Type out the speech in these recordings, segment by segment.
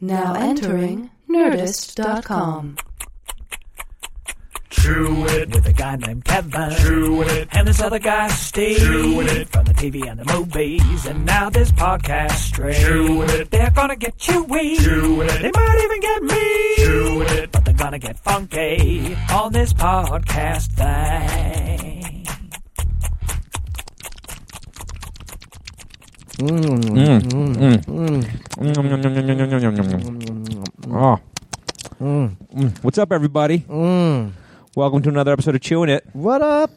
Now entering Nerdist.com. Truett with a guy named Kevin. Truett And this other guy, Steve. Truett. From the TV and the movies. And now this podcast straight. Truett. They're gonna get you weak. Truett. They might even get me. Truett. But they're gonna get funky on this podcast thing. Oh. Mm. What's up, everybody? Welcome to another episode of Chewing It. What up?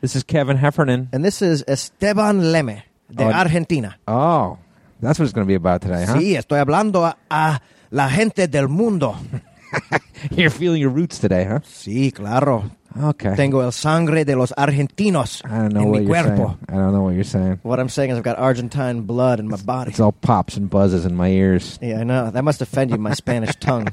This is Kevin Heffernan. And this is Esteban Leme de Oh. Argentina. Oh, that's what it's going to be about today, huh? Sí, estoy hablando a, a la gente del mundo. You're feeling your roots today, huh? Sí, claro. Okay. Tengo el sangre de los argentinos I don't know en what mi you're cuerpo. saying. I don't know what you're saying. What I'm saying is I've got Argentine blood in my body. It's all pops and buzzes in my ears. yeah, I know. That must offend you, my Spanish tongue.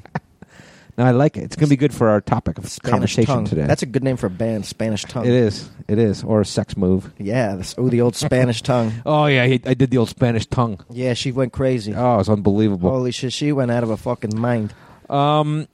No, I like it. It's going to be good for our topic of Spanish conversation tongue. today. That's a good name for a band, Spanish tongue. it is. It is. Or a sex move. Yeah, this, oh, the old Spanish tongue. Oh, yeah. I I did the old Spanish tongue. Yeah, she went crazy. Oh, it's unbelievable. Holy shit, she went out of her fucking mind. Um,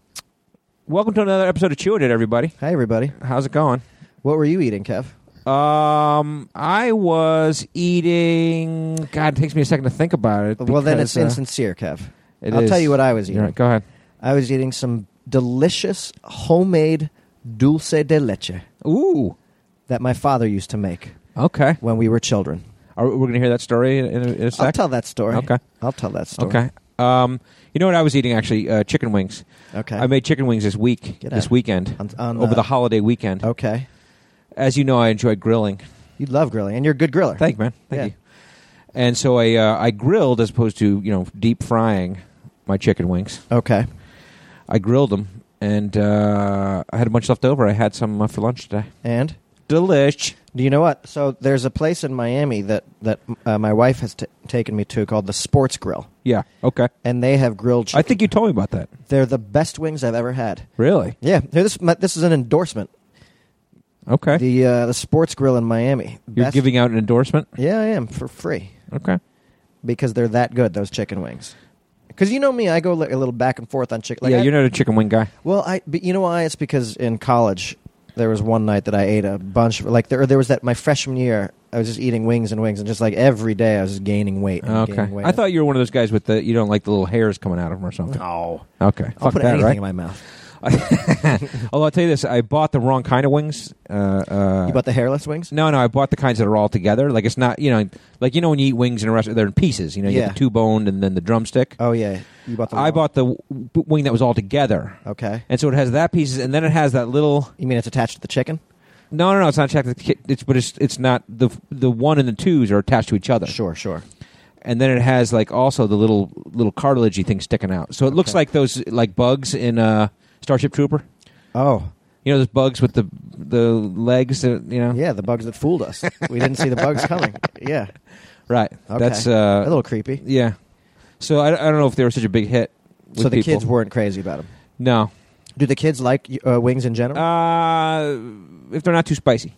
welcome to another episode of Chewing It, everybody. Hey, everybody. How's it going? What were you eating, Kev? Um, I was eating. God, it takes me a second to think about it. well, then because, it's uh, insincere, Kev. it I'll is. tell you what I was eating. You're right. Go ahead. I was eating some delicious homemade dulce de leche Ooh. that my father used to make Okay. when we were children. Are, we're gonna hear that story in, in, a, in a sec. I'll tell that story. Okay. I'll tell that story. Okay. Um, you know what I was eating actually? Uh, chicken wings. Okay. I made chicken wings this week, Get this out. weekend, On- on uh, oh. over the- the holiday weekend. Okay. As you know, I enjoy grilling. You love grilling, and you're a good griller. Thank you, man. Thank Yeah. you. And so I uh, I grilled as opposed to you know deep frying my chicken wings. Okay. I grilled them, and uh, I had a bunch left over. I had some uh, for lunch today. And Delish. do you know what? So there's a place in Miami that that uh, my wife has t- taken me to called the Sports Grill, Yeah. Okay. and they have grilled. I Chicken. think you told me about that. they're the best wings I've ever had. Really? Yeah. Here, This my- this is an endorsement. Okay. The uh, the Sports Grill in Miami. You're Best- giving out an endorsement. Yeah, I am for free. Okay. because they're that good. Those chicken wings. Because you know me, I go li- a little back and forth on chicken. Like yeah, I- you're not a chicken wing guy. Well, I. But you know why? It's because in college there was one night that I ate a bunch. Of, like there, there was that my freshman year. I was just eating wings and wings, and just like every day, I was just gaining weight. And Okay. Gaining weight. I thought you were one of those guys with the you don't like the little hairs coming out of them or something. no. Okay. I'll Fuck put that, anything right? in my mouth. Although I'll tell you this, I bought the wrong kind of wings. Uh, uh, You bought the hairless wings. no, no, I bought the kinds that are all together. Like it's not, you know, like you know when you eat wings in a restaurant, they're in pieces. You know, you Yeah. get the two boned and then the drumstick. Oh yeah, you bought the. I raw. bought the w- w- wing that was all together. Okay. And so it has that pieces, and then it has that little. You mean it's attached to the chicken? No, no, no. It's not attached. to the ki- It's but it's it's not the the one and the twos are attached to each other. Sure, sure. And then it has like also the little little cartilagey thing sticking out. So it looks Okay. like those like bugs in uh, Starship Trooper. Oh You know those bugs with the the legs. That, you know. yeah, the bugs that fooled us. we didn't see the bugs coming. Yeah, Right. Okay. That's a uh. little creepy. Yeah. So I, I don't know if they were such a big hit. With So the people. kids weren't crazy about them. No. Do the kids like uh, wings in general? Uh, if they're not too spicy.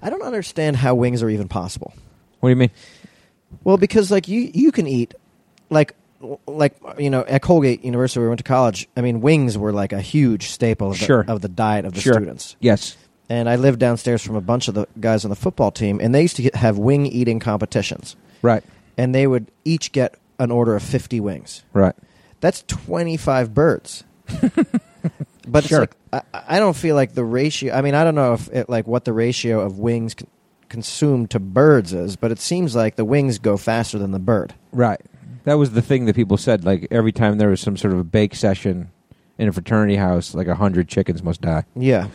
I don't understand how wings are even possible. What do you mean? Well, because like you, you can eat like like you know at Colgate University where we went to college. I mean, wings were like a huge staple of the, Sure. of the diet of the Sure. students. Yes. And I lived downstairs from a bunch of the guys on the football team, and they used to get, have wing eating competitions, Right. and they would each get an order of fifty wings. Right. That's twenty five birds. but Sure. it's like, I, I don't feel like the ratio. I mean, I don't know if it, like what the ratio of wings con- consumed to birds is, but it seems like the wings go faster than the bird. Right. That was the thing that people said. Like every time there was some sort of a bake session in a fraternity house, like a hundred chickens must die. Yeah.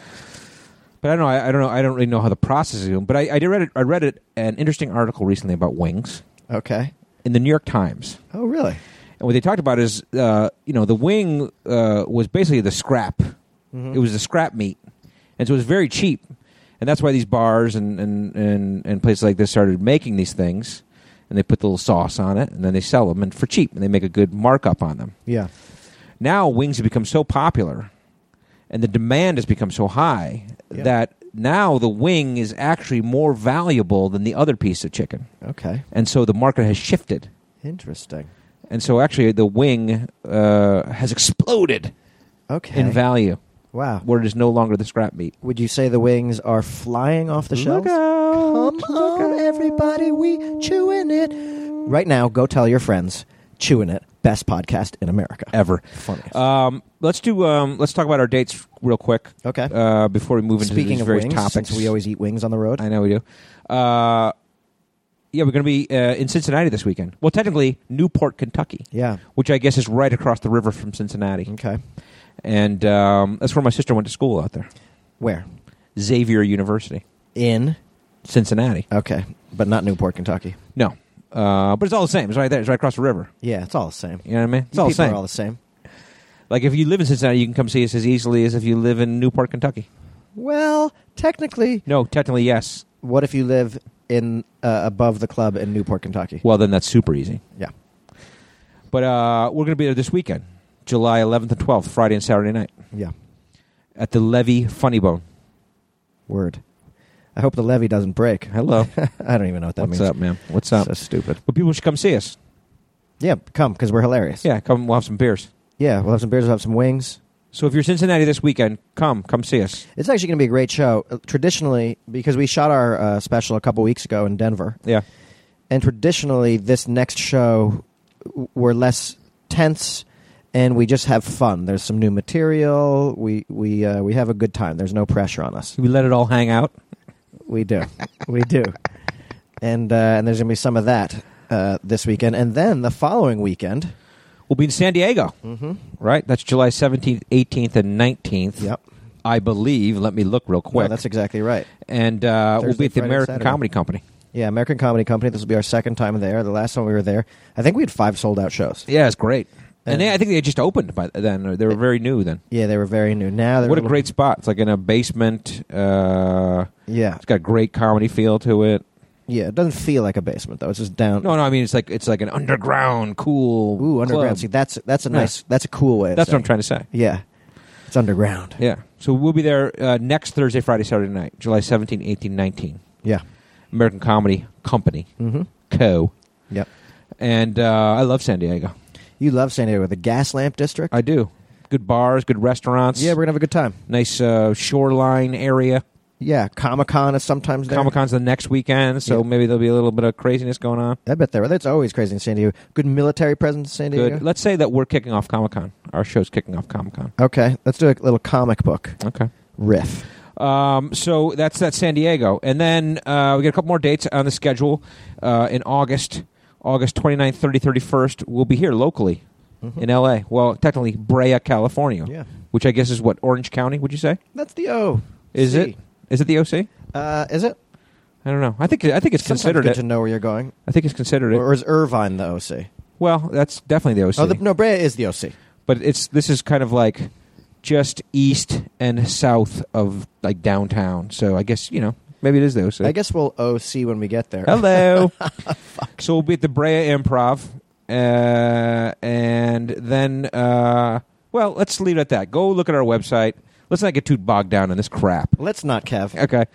But I don't know. I, I don't know. I don't really know how the process is. Going. But I, I did read it. I read it an interesting article recently about wings Okay. in the New York Times. Oh, really? And what they talked about is, uh, you know, the wing uh, was basically the scrap. Mm-hmm. It was the scrap meat, and so it was very cheap. And that's why these bars and, and, and, and places like this started making these things, and they put the little sauce on it, and then they sell them and for cheap, and they make a good markup on them. Yeah. now wings have become so popular and the demand has become so high Yeah. that now the wing is actually more valuable than the other piece of chicken Okay. and so the market has shifted Interesting. and so actually the wing uh, has exploded Okay. in value, wow. where it is no longer the scrap meat. Would you say the wings are flying off the shelves? Look out! Come Look on, out. everybody, we chewing it. Right now, go tell your friends, chewing it, best podcast in America. ever. Funny. Um, let's do. Um, let's talk about our dates real quick okay. uh, before we move into Speaking these of various wings, topics. since we always eat wings on the road, I know we do. Uh, yeah, we're going to be uh, in Cincinnati this weekend. Well, technically Newport, Kentucky, yeah. which I guess is right across the river from Cincinnati, Okay. and um, that's where my sister went to school out there, Where? Xavier University, In. Cincinnati. Okay, but not Newport, Kentucky. No, uh, but it's all the same. It's right there. It's right across the river. Yeah, it's all the same. You know what I mean? It's You all the people same. are all the same. like if you live in Cincinnati, you can come see us as easily as if you live in Newport, Kentucky. Well, technically, No, technically yes. what if you live in uh, above the club in Newport, Kentucky? Well, then that's super easy. Yeah. But uh, we're going to be there this weekend, July 11th and 12th, Friday and Saturday night, Yeah. at the Levy Funny Bone. Word. I hope the levee doesn't break. Hello. I don't even know what that What's means. up, man? What's up? So stupid. But people should come see us. Yeah, come because we're hilarious. Yeah, come. We'll have some beers. yeah. We'll have some beers. We'll have some wings. So if you're in Cincinnati this weekend, come. Come see us. It's actually going to be a great show. Uh, Traditionally, because we shot our uh, special a couple weeks ago in Denver, Yeah. and traditionally this next show w- we're less tense and we just have fun there's some new material we we uh, we have a good time there's no pressure on us We let it all hang out. we do we do and uh, and there's gonna be some of that uh, this weekend and then the following weekend We'll be in San Diego, mm-hmm. right? That's July 17th, 18th, and 19th. yep I believe. Let me look real quick. No, that's exactly right and uh, we'll Thursday, be at the Friday, American Saturday. Comedy Company. yeah american comedy company this will be our second time there the last time we were there i think we had five sold out shows Yeah, it's great. And, And- they, I think they just opened by then. or They were very new then. yeah they were very new now they're What a little- great spot! It's like in a basement. Uh, yeah it's got a great comedy feel to it. yeah it doesn't feel like a basement though it's just down No, no, I mean it's like it's like an underground, cool. Ooh, underground. club. See, that's that's a Yeah. nice, that's a cool way. Of That's what I'm saying trying to say. it. Yeah, it's underground. Yeah. So we'll be there uh, next Thursday, Friday, Saturday night, July 17, 18, 19. Yeah. American Comedy Company Mm-hmm. Co. Yep. And uh, I love San Diego. You love San Diego, the gas lamp district. I do. Good bars, good restaurants. yeah, we're gonna have a good time. nice uh, shoreline area. Yeah, Comic Con is sometimes there. Comic Con's the next weekend, so Yeah. maybe there'll be a little bit of craziness going on. I bet there. That's always crazy in San Diego. Good military presence in San Diego. Good. Let's say that we're kicking off Comic Con. Our show's kicking off Comic Con. Okay, let's do a little comic book Okay. riff. Um, so that's that San Diego, and then uh, we got a couple more dates on the schedule uh, in August, August 29th, 30th, 31st. We'll be here locally in L.A. Well, technically Brea, California, Mm-hmm. Yeah, which I guess is what Orange County. Would you say that's the O. is C. it is it the O.C. Uh, is it? I don't know. I think I think it's Sometimes considered good it. to know where you're going. I think it's considered it. Or is Irvine the OC? Well, that's definitely the O.C. Oh, the, no, Brea is the OC. but it's this is kind of like just east and south of like downtown. So I guess you know maybe it is the O.C. I guess we'll OC when we get there. Hello. So we'll be at the Brea Improv, uh, and then uh, well, let's leave it at that. Go look at our website. Let's not get too bogged down in this crap. Let's not, Kev. Okay.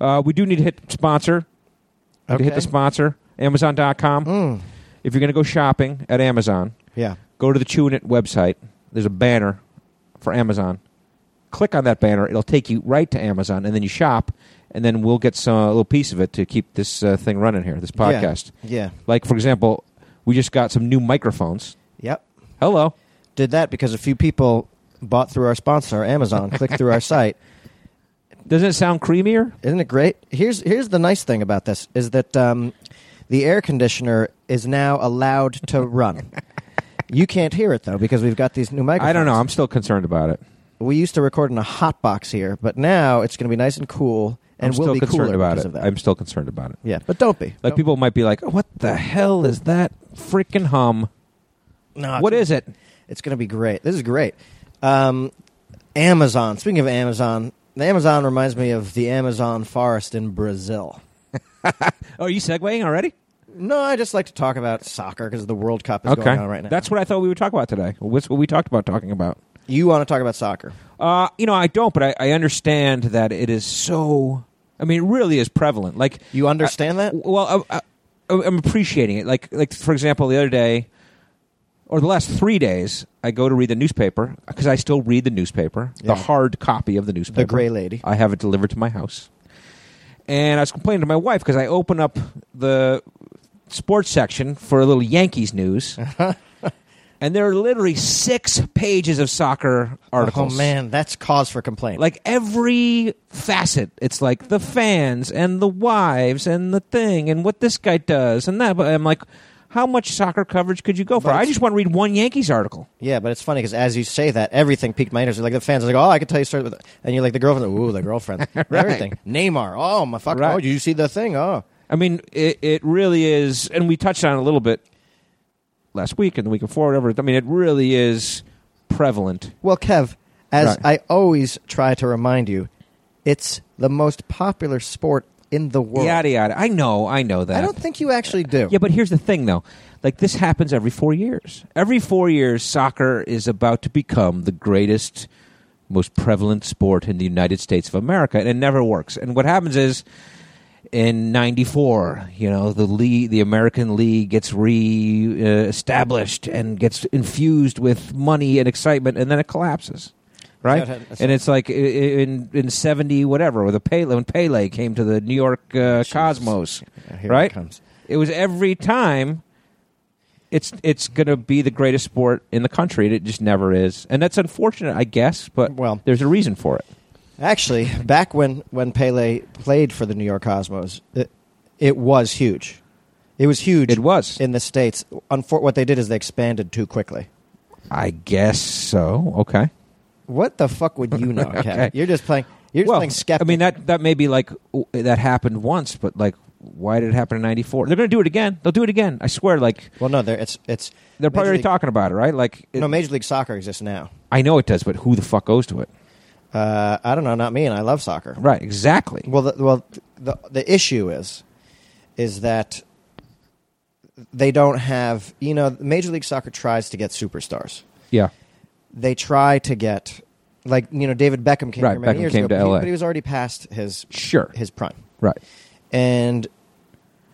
Uh, we do need to hit sponsor. Need To hit Okay. the sponsor, Amazon.com. Mm. If you're going to go shopping at Amazon, Yeah. go to the Chewing It website. There's a banner for Amazon. Click on that banner. It'll take you right to Amazon, and then you shop, and then we'll get some a little piece of it to keep this uh, thing running here, this Yeah. podcast. Yeah. Like for example, we just got some new microphones. Yep. Hello. Did that because a few people bought through our sponsor, Amazon, clicked through our site. Doesn't it sound creamier? Isn't it great? Here's here's the nice thing about this is that um, the air conditioner is now allowed to run. You can't hear it though because we've got these new microphones. I don't know. I'm still concerned about it. we used to record in a hot box here, but now it's going to be nice and cool, and I'm we'll still be concerned cooler about because it. of that. I'm still concerned about it. yeah, but don't be. Like people might be like, "What the hell is that freaking hum? no, What is it?" It's going to be great. This is great. Um, Amazon. Speaking of Amazon, the Amazon reminds me of the Amazon forest in Brazil. Oh, are you segueing already? No, I just like to talk about soccer because the World Cup is okay, going on right now. that's what I thought we would talk about today. What's what we talked about talking about? you want to talk about soccer. Uh, you know, I don't, but I, I understand that it is so. I mean, it really is prevalent. Like You understand that? Well, I, I, I'm appreciating it. Like, like for example, the other day, or the last three days, I go to read the newspaper because I still read the newspaper, the Yeah. hard copy of the uh, newspaper. The Gray Lady. I have it delivered to my house. And I was complaining to my wife because I open up the sports section for a little Yankees news. and there are literally six pages of soccer articles. Oh man, that's cause for complaint. Like every facet, it's like the fans and the wives and the thing and what this guy does and that. But I'm like, how much soccer coverage could you go for? But I it's- just want to read one Yankees article. yeah, but it's funny because as you say that, everything piqued my interest. Like the fans are like, "Oh, I could tell you story," with-" and you're like the girlfriend. Ooh, the girlfriend. Everything. Neymar. Oh my fuck. Right. Oh, did you see the thing? Oh, I mean, it, it really is, and we touched on it a little bit last week and the week before, whatever. I mean, it really is prevalent. well, Kev, as Right. I always try to remind you, it's the most popular sport in the world. Yada yada. I know, I know that. I don't think you actually do. Yeah, but here's the thing, though. Like this happens every four years. Every four years, soccer is about to become the greatest, most prevalent sport in the United States of America, and it never works. And what happens is, in '94, you know, the league, the American League gets re-established and gets infused with money and excitement, and then it collapses. Right, That- that's- and it's like i- i- in in seventy whatever, with the Pele when Pele came to the New York uh, Cosmos, Here it right? comes. It was every time. It's it's going to be the greatest sport in the country, and it just never is, and that's unfortunate, I guess. But Well- there's a reason for it. Actually, back when, when Pele played for the New York Cosmos, it, it was huge. It was huge. It was. in the states. Unfor- what they did is they expanded too quickly. I guess so. Okay. What the fuck would you know, Kev? Okay. You're just playing. You're just well, playing skeptic. I mean that that may be like w- that happened once, but like why did it happen in '94? They're going to do it again. They'll do it again. I swear. Like well, no, they're, it's it's they're probably Major already League- talking about it, right? Like it- No, Major League Soccer exists now. I know it does, but who the fuck goes to it? Uh, I don't know, not me, and I love soccer. Right. Exactly. Well, the, well, the the issue is, is that they don't have. You know, Major League Soccer tries to get superstars. yeah. They try to get, like you know, David Beckham came Right, here many Beckham years came ago, to but, he, LA. but he was already past his Sure. his prime. Right. and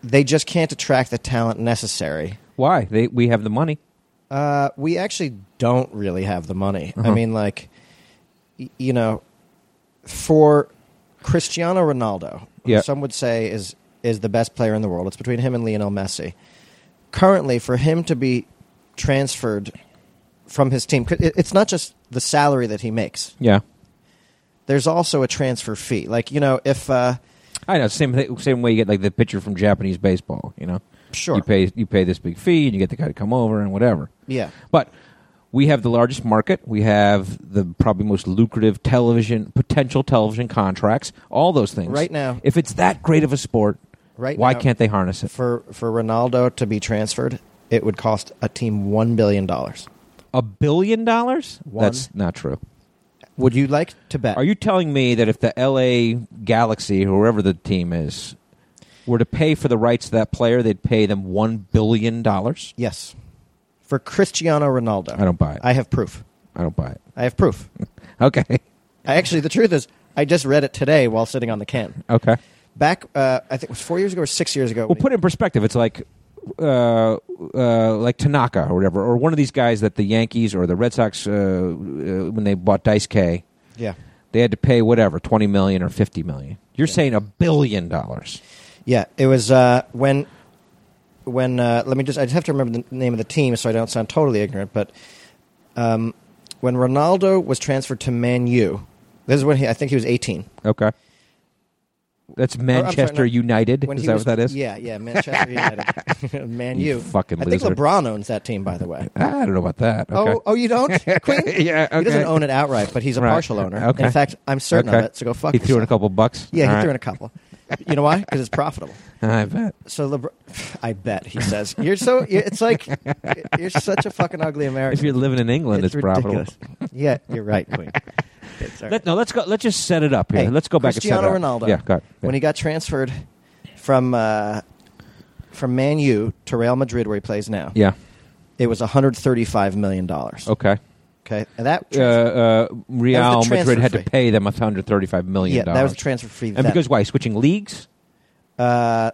they just can't attract the talent necessary. Why? They we have the money. Uh, we actually don't really have the money. I Uh-huh. mean, like, y- you know, for Cristiano Ronaldo, who Yeah. some would say is is the best player in the world. It's between him and Lionel Messi. Currently, for him to be transferred from his team, 'cause it- it's not just the salary that he makes. Yeah. There's also a transfer fee. Like, you know, if uh, I know same thi- same way you get like the pitcher from Japanese baseball. You know, Sure. you pay you pay this big fee and you get the guy to come over and whatever. yeah, But we have the largest market. We have the probably most lucrative television potential television contracts. All those things Right now- If it's that great of a sport, Right Why now- can't they harness it? for for Ronaldo to be transferred, it would cost a team one billion dollars. A billion dollars? One. That's not true. Would you like to bet? Are you telling me that if the LA Galaxy, whoever the team is, were to pay for the rights to that player, they'd pay them one billion dollars? Yes, for Cristiano Ronaldo. I don't buy it. I have proof. I don't buy it. I have proof. Okay. I actually, the truth is, I just read it today while sitting on the can. Okay. Back, uh, I think it was four years ago or six years ago. Well, put it in perspective. It's like, uh, uh, like Tanaka or whatever, or one of these guys that the Yankees or the Red Sox, uh, uh, when they bought Dice K, yeah, they had to pay whatever twenty million or fifty million. You're Yeah. saying a billion dollars? yeah, it was uh, when when uh, let me just I just have to remember the name of the team so I don't sound totally ignorant, but um, when Ronaldo was transferred to Man U, this is when he, I think he was eighteen. Okay. That's Manchester Oh, no. United. Is he that was- what that is? Yeah, yeah, Manchester United, Man You U. fucking I think loser. Ah, LeBron owns that team, by the way. I don't know about that. Okay. Oh, oh, you don't? Queen? yeah. Okay. He doesn't own it outright, but he's a Right. partial owner. Okay. In fact, I'm certain of Okay. it. So go fuck. He threw in a yourself. couple bucks. Yeah, he All threw right. in a couple. You know why? Because it's profitable. I bet. So LeBron, I bet he says you're so. It's like you're such a fucking ugly American. If you're living in England, it's, profitable. ridiculous. Yeah, you're right, Queen. It's all right. Let, no, let's go. Let's just set it up here. Hey, let's go back Cristiano and set it up. Ronaldo. Yeah, got it. When he got transferred from uh, from Man U to Real Madrid, where he plays now, yeah. Oh. it was 135 million dollars. Okay. Okay, and that Uh, uh, Real transfer Madrid had to fee. pay them 135 million yeah, dollars. that was a transfer fee. And then. because why? Switching leagues. uh,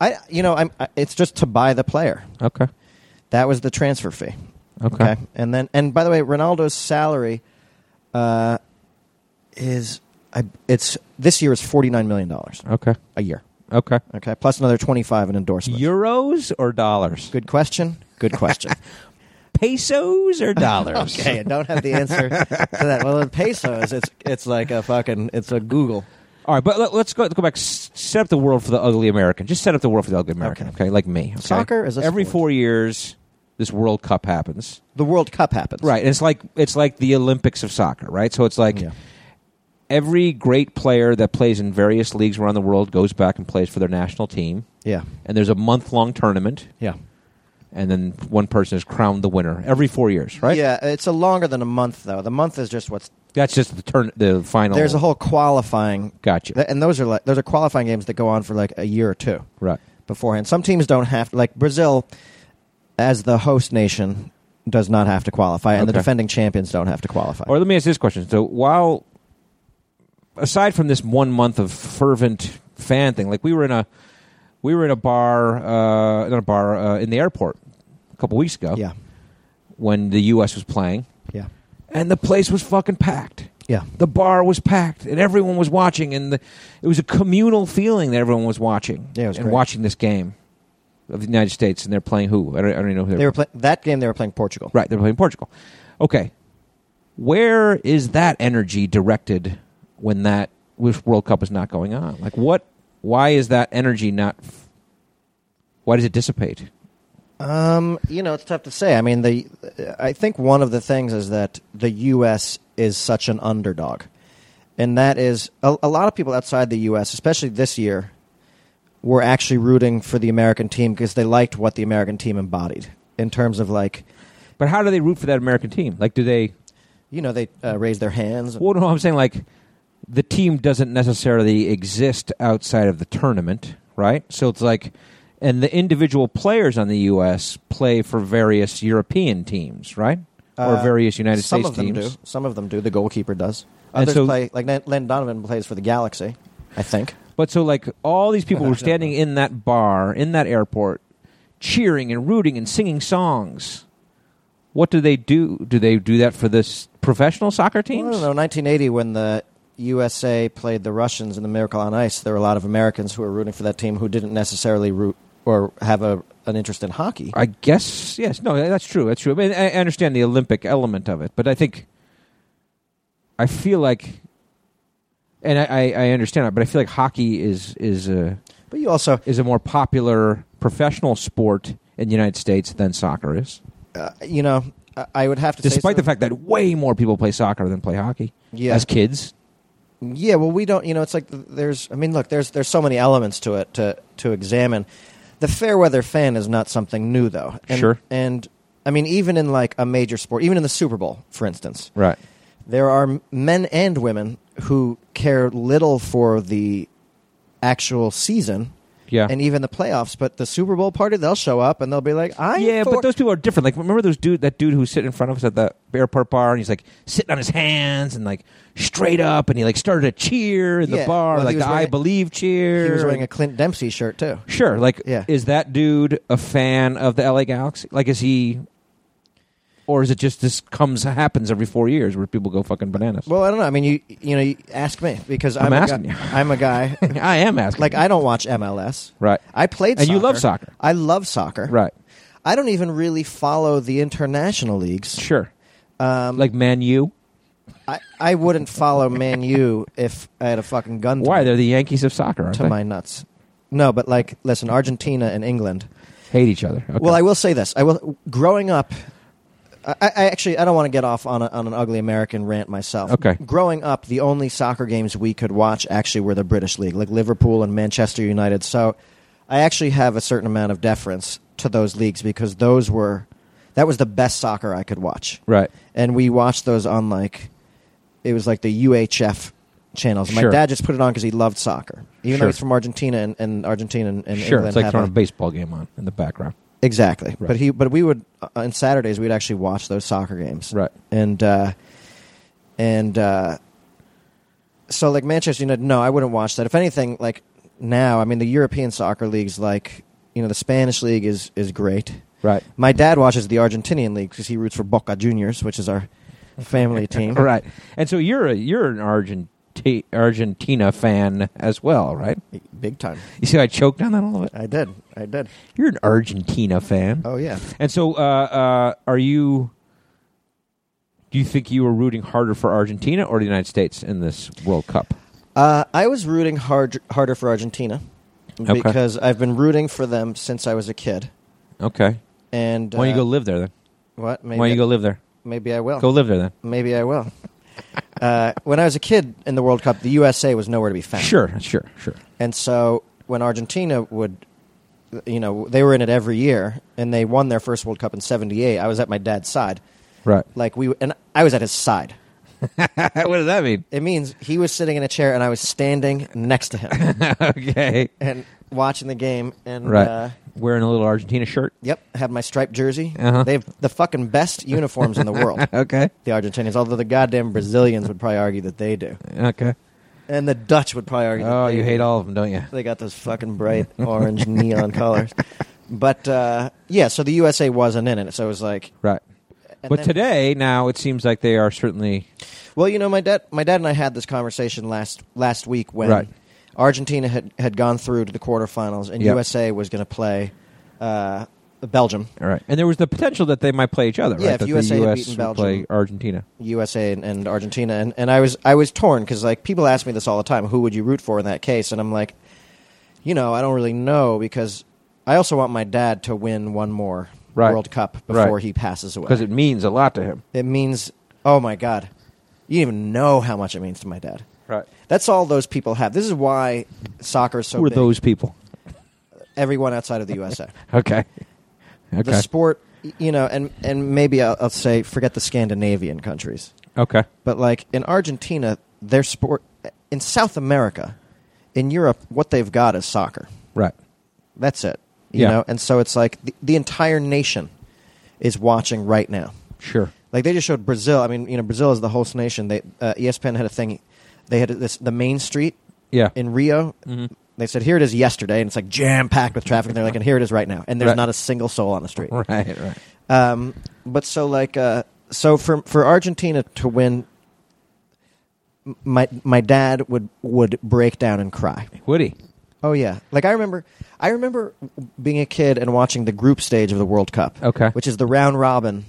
I you know I'm I, it's just to buy the player. Okay. That was the transfer fee. Okay. And then, and by the way, Ronaldo's salary uh, is I, it's this year is forty nine million dollars Okay. a year. Okay. Okay, plus another twenty five in endorsements. Euros or dollars? Good question. Good question. Pesos or dollars? okay, I don't have the answer to that. Well, in pesos, it's it's like a fucking it's a Google. All right, but let, us go, go back. S- set up the world for the ugly American. Just set up the world for the ugly American. Okay, Okay. like me. okay? Soccer is a every sport. four years. This World Cup happens, The World Cup happens. right? And it's like it's like the Olympics of soccer, right? So it's like Yeah. every great player that plays in various leagues around the world goes back and plays for their national team, Yeah. and there's a month long tournament, Yeah. and then one person is crowned the winner every four years, right? Yeah, it's a longer than a month though. The month is just what's that's just the turn, the final. there's a whole qualifying. Gotcha. Th- and those are like those are qualifying games that go on for like a year or two right. beforehand. Some teams don't have like Brazil, as the host nation, does not have to qualify, and Okay. the defending champions don't have to qualify. Or let me ask this question. So while aside from this one month of fervent fan thing, like we were in a we were in a bar uh, not a bar uh, in the airport a couple weeks ago yeah, when the US was playing yeah, and the place was fucking packed. yeah, The bar was packed and everyone was watching and the, it was a communal feeling that everyone was watching Yeah, it was and great. watching this game of the United States and they're playing who? I don't, I don't even know who They were play- that game. They were playing Portugal. Right, they're playing Portugal. Okay, where is that energy directed when that which World Cup is not going on? Like, what? Why is that energy not? f- Why does it dissipate? Um, you know, it's tough to say. I mean, the I think one of the things is that the U.S. is such an underdog, and that is a, a lot of people outside the U.S., especially this year, were actually rooting for the American team because they liked what the American team embodied in terms of like, But how do they root for that American team? Like, do they? you know, they uh, raised their hands. Well, no, I'm saying like the team doesn't necessarily exist outside of the tournament, right? So it's like, and the individual players on the U.S. play for various European teams, right? or Uh, various United Some States of them teams. do. Some of them do. The goalkeeper does. And Others so- play like Len- Len Donovan plays for the Galaxy, I think. But so like all these people were standing in that bar, in that airport, cheering and rooting and singing songs. What do they do? Do they do that for this professional soccer Well, I teams? don't know. 1980, when the USA played the Russians in the Miracle on Ice, there were a lot of Americans who were rooting for that team who didn't necessarily root or have a, an interest in hockey. I guess yes. No, that's true. That's true. I, mean, I I understand the Olympic element of it, but I think I feel like, and I, I, I understand it, but I feel like hockey is is a But you also, is a more popular professional sport in the United States than soccer is, uh, you know, I, I would have to despite say the fact that way more people play soccer than play hockey Yeah. as kids. Yeah, well, we don't. You know, it's like th- there's. I mean, look, there's there's so many elements to it to to examine. The fair weather fan is not something new, though. And, Sure. And I mean, even in like a major sport, even in the Super Bowl, for instance, Right. there are m- men and women who care little for the actual season. Yeah. And even the playoffs, but the Super Bowl party, they'll show up and they'll be like, "I." am yeah, for- but those people are different. Like, remember those dude, that dude who's sitting in front of us at the airport bar, and he's like sitting on his hands and like straight up, and he like started a cheer in the Yeah, bar, well, he like was the wearing "I a- Believe" cheer. He was wearing a Clint Dempsey shirt too. sure, like, Yeah. is that dude a fan of the LA Galaxy? Like, is he, or is it just this comes happens every four years where people go fucking bananas? Well, I don't know. I mean, you you know, you ask me because I'm, I'm a asking guy, you. I'm a guy. I am asking, like I don't watch MLS. right, I played And soccer. you love soccer. I love soccer. right, I don't even really follow the international leagues. sure. Um, Like Man U, I, I wouldn't follow Man U if I had a fucking gun to, why my- they're the Yankees of soccer? Aren't to they? my nuts. No, but like, listen, Argentina and England. Hate each other. Okay. Well, I will say this. I will. Growing up, I, I I actually I don't want to get off on, a, on an ugly American rant myself. Okay. Growing up, the only soccer games we could watch actually were the British league, like Liverpool and Manchester United. So, I actually have a certain amount of deference to those leagues because those were that was the best soccer I could watch. right. And we watched those on like it was like the UHF channels. My Sure. dad just put it on because he loved soccer, even Sure. though he's from Argentina and, and Argentina and, and Sure, England it's like have throwing a- a baseball game on in the background. Exactly. Right. But he but we would uh, on Saturdays we'd actually watch those soccer games. Right. And uh and uh so like Manchester United no, I wouldn't watch that. If anything like now, I mean the European soccer leagues like, you know, the Spanish league is is great. Right. My dad watches the Argentinian league because he roots for Boca Juniors, which is our family team. right. And so you're a you're an Argenti- Argentina fan as well, right? Big time. You see, how I choked on that a little bit. I did. I did. You're an Argentina fan. Oh yeah. And so, uh, uh, are you? Do you think you were rooting harder for Argentina or the United States in this World Cup? Uh, I was rooting hard, harder for Argentina Okay. because I've been rooting for them since I was a kid. Okay. And Why don't you uh, go live there then? What? Maybe, Oh. Why don't you go live there? Maybe I will. Go live there then. Maybe I will. uh, when I was a kid in the World Cup, the USA was nowhere to be found. Sure, sure, sure. And so when Argentina would, you know, they were in it every year, and they won their first World Cup in '78. I was at my dad's side, Right. like we, and I was at his side. what does that mean? It means he was sitting in a chair, and I was standing next to him okay. and watching the game. And Right. uh, Wearing a little Argentina shirt. yep, had my striped jersey. Uh-huh. They have the fucking best uniforms in the world. Okay. The Argentinians, although the goddamn Brazilians would probably argue that they do, Okay. and the Dutch would probably argue. Oh, that they you do. hate all of them, don't you? They got those fucking bright orange neon colors. But uh, yeah, so the USA wasn't in it, so it was like. Right. and but then- today, now it seems like they are certainly well, you know, my dad, my dad and I had this conversation last last week when Right. Argentina had, had gone through to the quarterfinals and Yep. USA was going to play uh, Belgium, all right. And there was the potential that they might play each other. Yeah, right? if that USA the had US beaten would Belgium. play Argentina. USA and, and Argentina, and, and I was I was torn because like people ask me this all the time, who would you root for in that case? And I'm like, you know, I don't really know because I also want my dad to win one more Right. World Cup Right. before he passes away Because it means a lot to him. It means, oh my God, you don't even know how much it means to my dad. Right. That's all those people have. This is why soccer is so Who are big. those people? Everyone outside of the USA. Okay. The Okay. sport, y- you know, and, and maybe I'll, I'll say forget the Scandinavian countries. okay. But like in Argentina, their sport, in South America, in Europe, what they've got is soccer. Right. That's it. You Yeah. know, and so it's like the, the entire nation is watching right now. Sure. Like they just showed Brazil. I mean, you know, Brazil is the host nation. They uh, ESPN had a thing. They had this the main street Yeah. in Rio. Mm-hmm. They said here it is yesterday, and it's like jam packed with traffic. And they're like, and here it is right now, and there's Right. not a single soul on the street. right. Right. Um, but so like uh, so for for Argentina to win, m- my my dad would would break down and cry. Woody. Oh yeah, like I remember, I remember being a kid and watching the group stage of the World Cup. Okay. which is the round robin,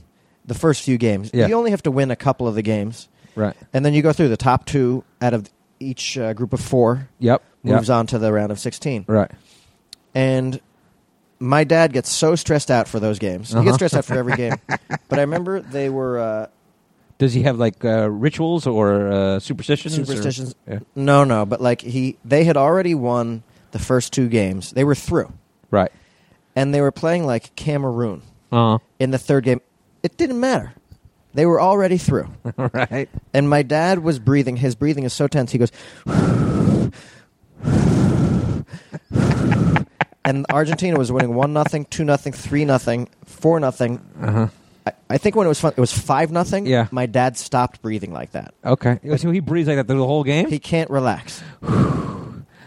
the first few games. Yeah. You only have to win a couple of the games, Right. and then you go through the top two out of each uh, group of four. Yep. Moves yep. on to the round of sixteen, Right. and my dad gets so stressed out for those games. He gets stressed out for every game, but I remember they were uh, Does he have like uh, rituals or uh, superstitions? or- superstitions. Yeah. No, no, but like he, they had already won the first two games. They were through. Right. and they were playing like Cameroon Uh in the third game. It didn't matter. They were already through. Right. And my dad was breathing. His breathing is so tense. He goes, and Argentina was winning 1 nothing, 2 nothing, 3 nothing, 4 nothing. Uh-huh. I, I think when it was fun, it was 5 nothing. Yeah. Oh, My dad stopped breathing like that. Okay. So he breathes like that through the whole game. He can't relax.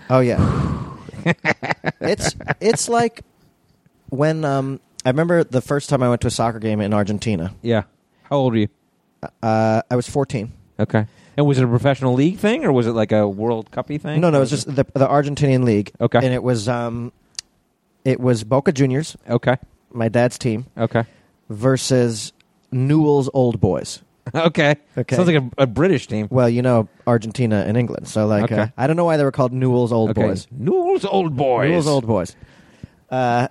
oh yeah. it's it's like when um I remember the first time I went to a soccer game in Argentina. yeah. How old were you? Uh, I was 14. Okay. And was it a professional league thing, or was it like a World Cuppy thing? No, no, it was just the the Argentinian league. Okay. And it was um it was Boca Juniors, Okay. my dad's team, Okay. versus Newell's Old Boys. Okay. Okay. Sounds like a, a British team. Well, you know Argentina and England. So like uh, Okay. I don't know why they were called Newell's Old okay. Boys. Newell's old boys. Newell's Old Boys. Uh,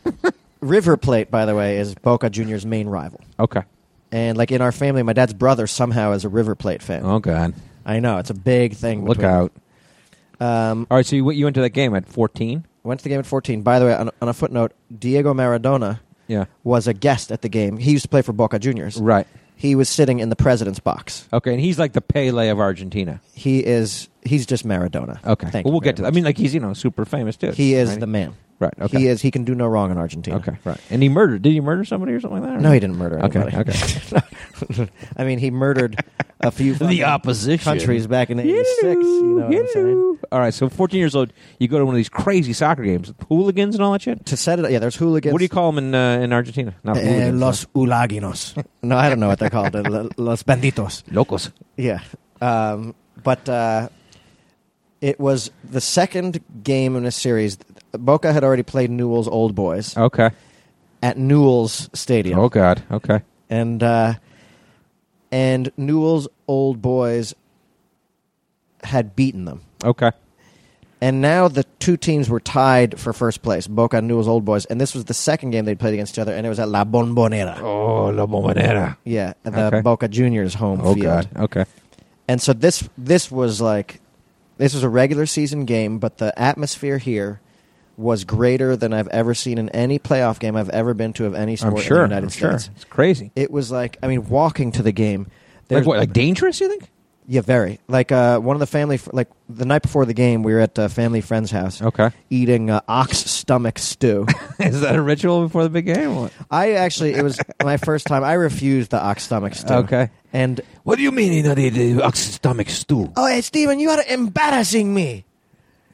River Plate, by the way, is Boca Juniors' main rival. Okay. And like in our family, my dad's brother somehow is a River Plate fan. Oh God. I know it's a big thing. Look between- out. Um, All right. So you went, you went to that game at fourteen. went to the game at 14. By the way, on, on a footnote, Diego Maradona Yeah. was a guest at the game. He used to play for Boca Juniors. Right. He was sitting in the president's box. Okay. And he's like the Pele of Argentina. He is. He's just Maradona. Okay. Thank well, you we'll very get to that. I much. mean, like he's you know super famous too. he is right? the man. Right. Okay. He is. He can do no wrong in Argentina. Okay. Right. And he murdered. Did he murder somebody or something like that? or- No, he didn't murder Okay, anybody. Okay. I mean, he murdered a few fucking opposition. countries back in '86. You know what I'm saying? all right, so 14 years old, you go to one of these crazy soccer games, hooligans and all that shit. to set it. Yeah, there's hooligans. What do you call them in uh, in Argentina? Eh, Not hooligans, Ulaginos. no, I don't know what they're called. Uh, lo- Los Banditos. huh? locos. Yeah. Um, but uh, it was the second game in a series. Boca had already played Newell's Old Boys Okay. at Newell's Stadium. Oh God. Okay. and uh, and Newell's old boys had beaten them. Okay. And now the two teams were tied for first place, Boca and Newell's old boys. And this was the second game they played against each other, and it was at La Bombonera. Oh, la bombonera. Yeah, at the Okay. Boca Juniors home Oh field. God. Okay. And so this this was like this was a regular season game, but the atmosphere here was greater than I've ever seen in any playoff game I've ever been to of any sport I'm sure. in the United I'm sure. States. It's crazy. It was like I mean, walking to the game. Like there's- what? Like dangerous? You think? Yeah, very. Like uh, one of the family, fr- like the night before the game, we were at a family friend's house Okay. eating uh, ox stomach stew. Is that a ritual before the big game? or what? I actually, it was my first time. I refused the ox stomach stew. Okay. And What do you mean? You know the, the ox stomach stew? oh, hey, Steven, you are embarrassing me.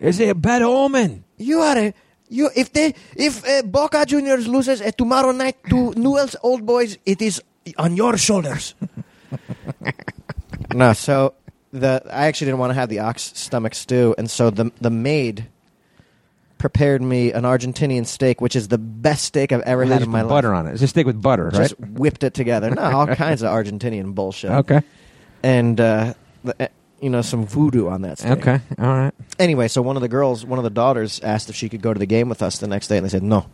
Is it a bad omen? You are a, you. If they, if uh, Boca Juniors loses uh, tomorrow night to Newell's Old Boys, it is on your shoulders. no, so the I actually didn't want to have the ox stomach stew, and so the the maid prepared me an Argentinian steak, which is the best steak I've ever They had just in my put life. butter on it. It's a steak with butter, right? Just whipped it together. No, all kinds of Argentinian bullshit. Okay. and uh, the, uh, you know some voodoo on that steak. Okay. All right. Anyway, so one of the girls, one of the daughters, asked if she could go to the game with us the next day, and they said no.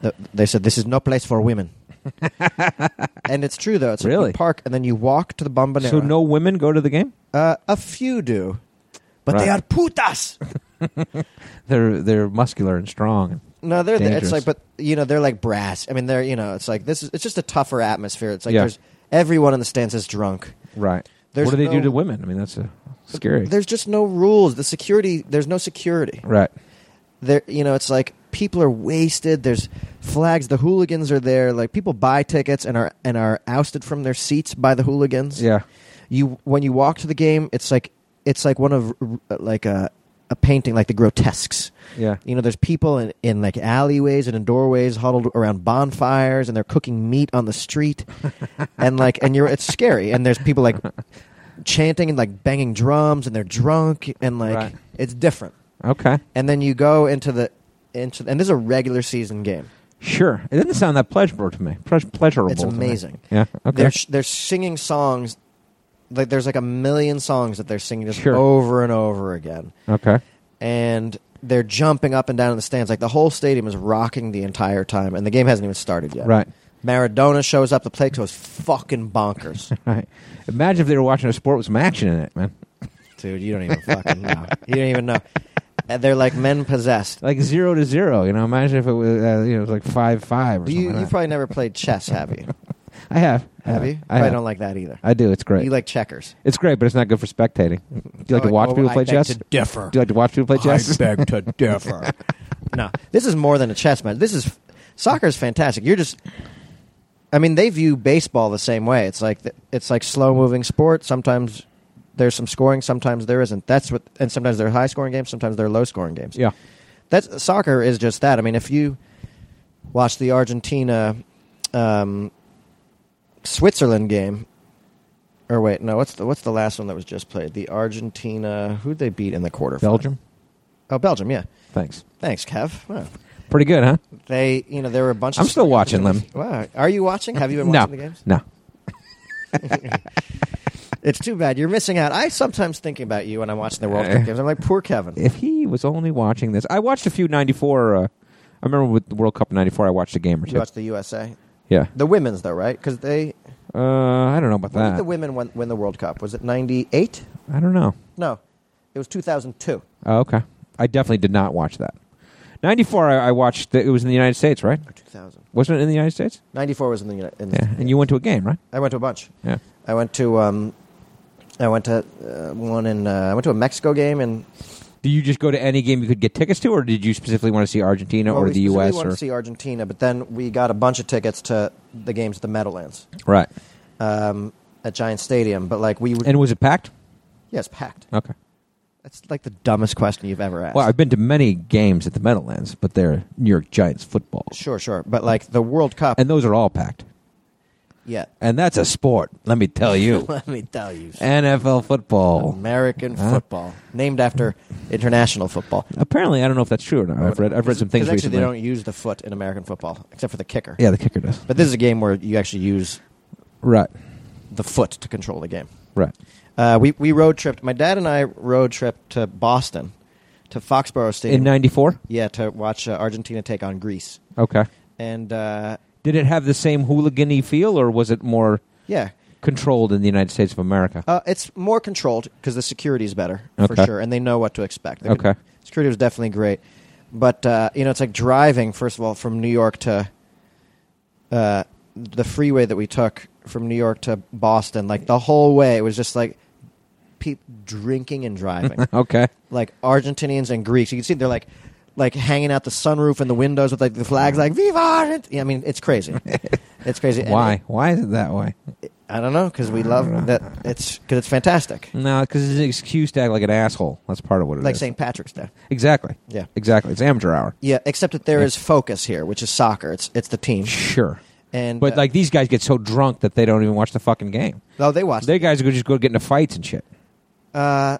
The- They said this is no place for women. and it's true though. It's a Really? big park, and then you walk to the Bombonera. So no women go to the game. uh, a few do, but they Right. are putas. They're they're muscular and strong. No, they're there. it's Dangerous. like, but you know, they're like brass. I mean, they're you know, it's like this is it's just a tougher atmosphere. It's like Yeah. there's everyone in the stands is drunk. Right. There's what do they do no- to women? I mean, that's a scary. There's just no rules. The security, there's no security. Right. there you know it's like people are wasted there's flags the hooligans are there like people buy tickets and are and are ousted from their seats by the hooligans Yeah. you when you walk to the game it's like it's like one of uh, like a a painting like the grotesques Yeah. you know there's people in, in like alleyways and in doorways huddled around bonfires and they're cooking meat on the street and like and you're it's scary and there's people like chanting and like banging drums and they're drunk and like Right. it's different Okay. and then you go into the into and this is a regular season game. Sure. It doesn't sound that pleasurable to me. Pleas- pleasurable. It's to me. amazing. Yeah. Okay. They're they're singing songs like there's like a million songs that they're singing just Sure. over and over again, okay. and they're jumping up and down in the stands like the whole stadium is rocking the entire time, and the game hasn't even started yet. Right. Maradona shows up. The play goes fucking bonkers, Right. Imagine if they were watching a sport with some action in it, man. dude. You don't even fucking know. You don't even know. And they're like men possessed. Like zero to zero. You know. Imagine if it was uh, you know it was like five five or You something. you like that. probably never played chess, have you? I have. I Have you? I Probably have. don't like that either. I do. It's great. You like checkers. it's great, but it's not good for spectating. Do you like Oh, to watch oh, people I play beg chess? to Do Differ. you like to watch people play chess? I beg to differ. no, this is more than a chess match. This is soccer is fantastic. You're just, I mean, they view baseball the same way. It's like it's like slow moving sport. Sometimes there's some scoring, sometimes there isn't. That's what, and sometimes they're high scoring games, sometimes they're low scoring games. yeah. that's soccer is just that. I mean, if you watch the Argentina, um, Switzerland game. Or wait, no. What's the what's the last one that was just played? The Argentina. Who'd they beat in the quarterfinals? Belgium. Oh, Belgium. Yeah. Thanks. Thanks, Kev. Wow. Pretty good, huh? They, you know, there were a bunch. I'm of still watching them. Wow, are you watching? Have you been no. watching the games? No. It's too bad you're missing out. I sometimes think about you when I'm watching the World Eh. Cup games. I'm like, poor Kevin. If he was only watching this, I watched a few '94. Uh, I remember with the World Cup '94, I watched a game or two. You watch the USA, yeah. the women's though, right? Because they, Uh, I don't know about when that. did the women win, win the World Cup? Was it '98? I don't know. No, it was 2002. Oh, okay. I definitely did not watch that. 94, I, I watched, the, it was in the United States, right? 2000. Wasn't it in the United States? 94 was in the United. In, Yeah. And you went to a game, right? I went to a bunch. Yeah. I went to, um, I went to uh, one in. Uh, I went to a Mexico game and Do you just go to any game you could get tickets to, or did you specifically want to see Argentina well, or we the specifically U.S.? wanted Or, to see Argentina, but then we got a bunch of tickets to the games at the Meadowlands. right. um, at Giant Stadium, but like we were, And was it packed? yes, packed. Okay. That's like the dumbest question you've ever asked. Well, I've been to many games at the Meadowlands, but they're New York Giants football, sure, sure, but like the World Cup. and those are all packed. yeah, And that's a sport, let me tell you. let me tell you, NFL football. American Huh? football named after international football. Apparently, I don't know if that's true or not. I've read, I've read some things Because actually recently. they don't use the foot in American football except for the kicker. yeah, the kicker does. But this is a game where you actually use Right, the foot to control the game. right. Uh, we we road tripped. My dad and I road tripped to Boston, to Foxborough Stadium. In 94? yeah, to watch uh, Argentina take on Greece. Okay. And uh, Did it have the same hooligan feel, or was it more yeah, controlled in the United States of America? uh, it's more controlled because the security is better for Okay. sure, and they know what to expect. They Okay. security was definitely great, but uh, you know, it's like driving first of all from New York to uh, the freeway that we took from New York to Boston. Like the whole way, it was just like peop drinking and driving. Okay. like Argentinians and Greeks. You can see they're like like hanging out the sunroof and the windows with like the flags, like "Viva Argent-" Yeah, I mean, it's crazy. it's crazy. And Why? Why is it that way? it- I don't know because we love that. It's because it's fantastic. No, because it's an excuse to act like an asshole. That's part of what it is. Like St. Patrick's Day. Exactly. Yeah. Exactly. It's amateur hour. Yeah, except that there is focus here, which is soccer. It's it's the team. Sure. And But uh, like these guys get so drunk that they don't even watch the fucking game. no, they watch. They guys are just go get into fights and shit. uh,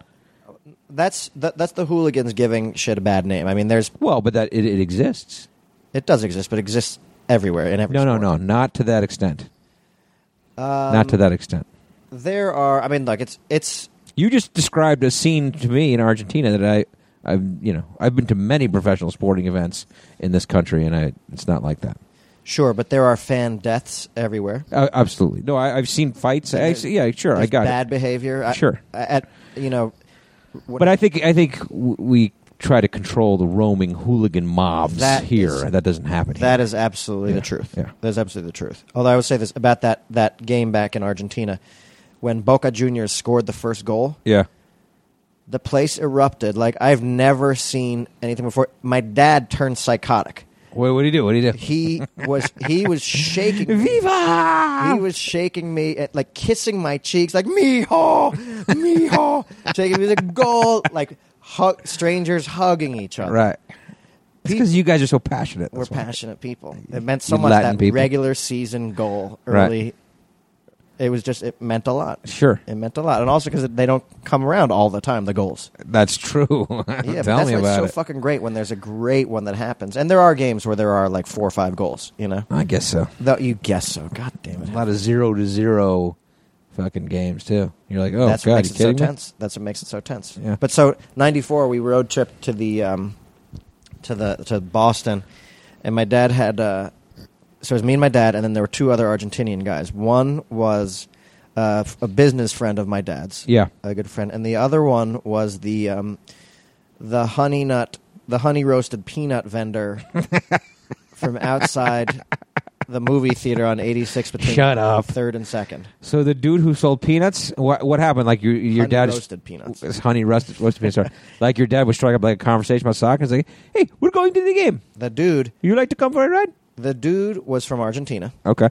that's that, that's the hooligans giving shit a bad name. I mean, there's Well, but that it, it exists. it does exist, but it exists everywhere in every. No, no, sport. no, not to that extent. Um, not to that extent. There are. I mean, like it's it's You just described a scene to me in Argentina that I, I've you know I've been to many professional sporting events in this country, and I it's not like that. sure, but there are fan deaths everywhere. Uh, absolutely, no. I, I've seen fights. I, There's- yeah, sure, I there's got it. bad behavior. I- Sure. I- at you know, what- But I think I think w- we try to control the roaming hooligan mobs That here. is- and that doesn't happen. that is absolutely Yeah, the truth. yeah. That is absolutely the truth. Although I would say this about that that game back in Argentina, when Boca Juniors scored the first goal, here. the place erupted like I've never seen anything before. My dad turned psychotic. yeah. Wait, what do you do? What do you do? He was he was shaking. me. Viva! He was shaking me, at, like kissing my cheeks, like mijo, mijo, shaking me like goal, like hug, strangers hugging each other. right. It's because you guys are so passionate. We're that's why. passionate people. It meant so you much Latin that people. regular season goal Right. early. It was just it meant a lot. Sure, It meant a lot, and also because they don't come around all the time. The goals. that's true. Yeah, but Tell that's me why it's about so it. fucking great when there's a great one that happens, and there are games where there are like four or five goals. You know, I guess so. Though you guess so. God damn A it. lot of zero to zero fucking games too. You're like, oh that's god, what makes you it so kidding me? tense. That's what makes it so tense. Yeah. But so '94, we road trip to the um, to the to Boston, and my dad had uh, so it was me and my dad, and then there were two other Argentinian guys. One was uh, f- a business friend of my dad's, Yeah. a good friend, and the other one was the um, the honey nut, the honey roasted peanut vendor from outside. The movie theater on 86 between Shut up. third and second. So the dude who sold peanuts, what what happened? Like your your Honey dad roasted peanuts. It's honey roasted roasted peanuts. Sorry. like your dad was striking up like a conversation about soccer. He's like, hey, we're going to the game. The dude You like to come for a ride? The dude was from Argentina. Okay,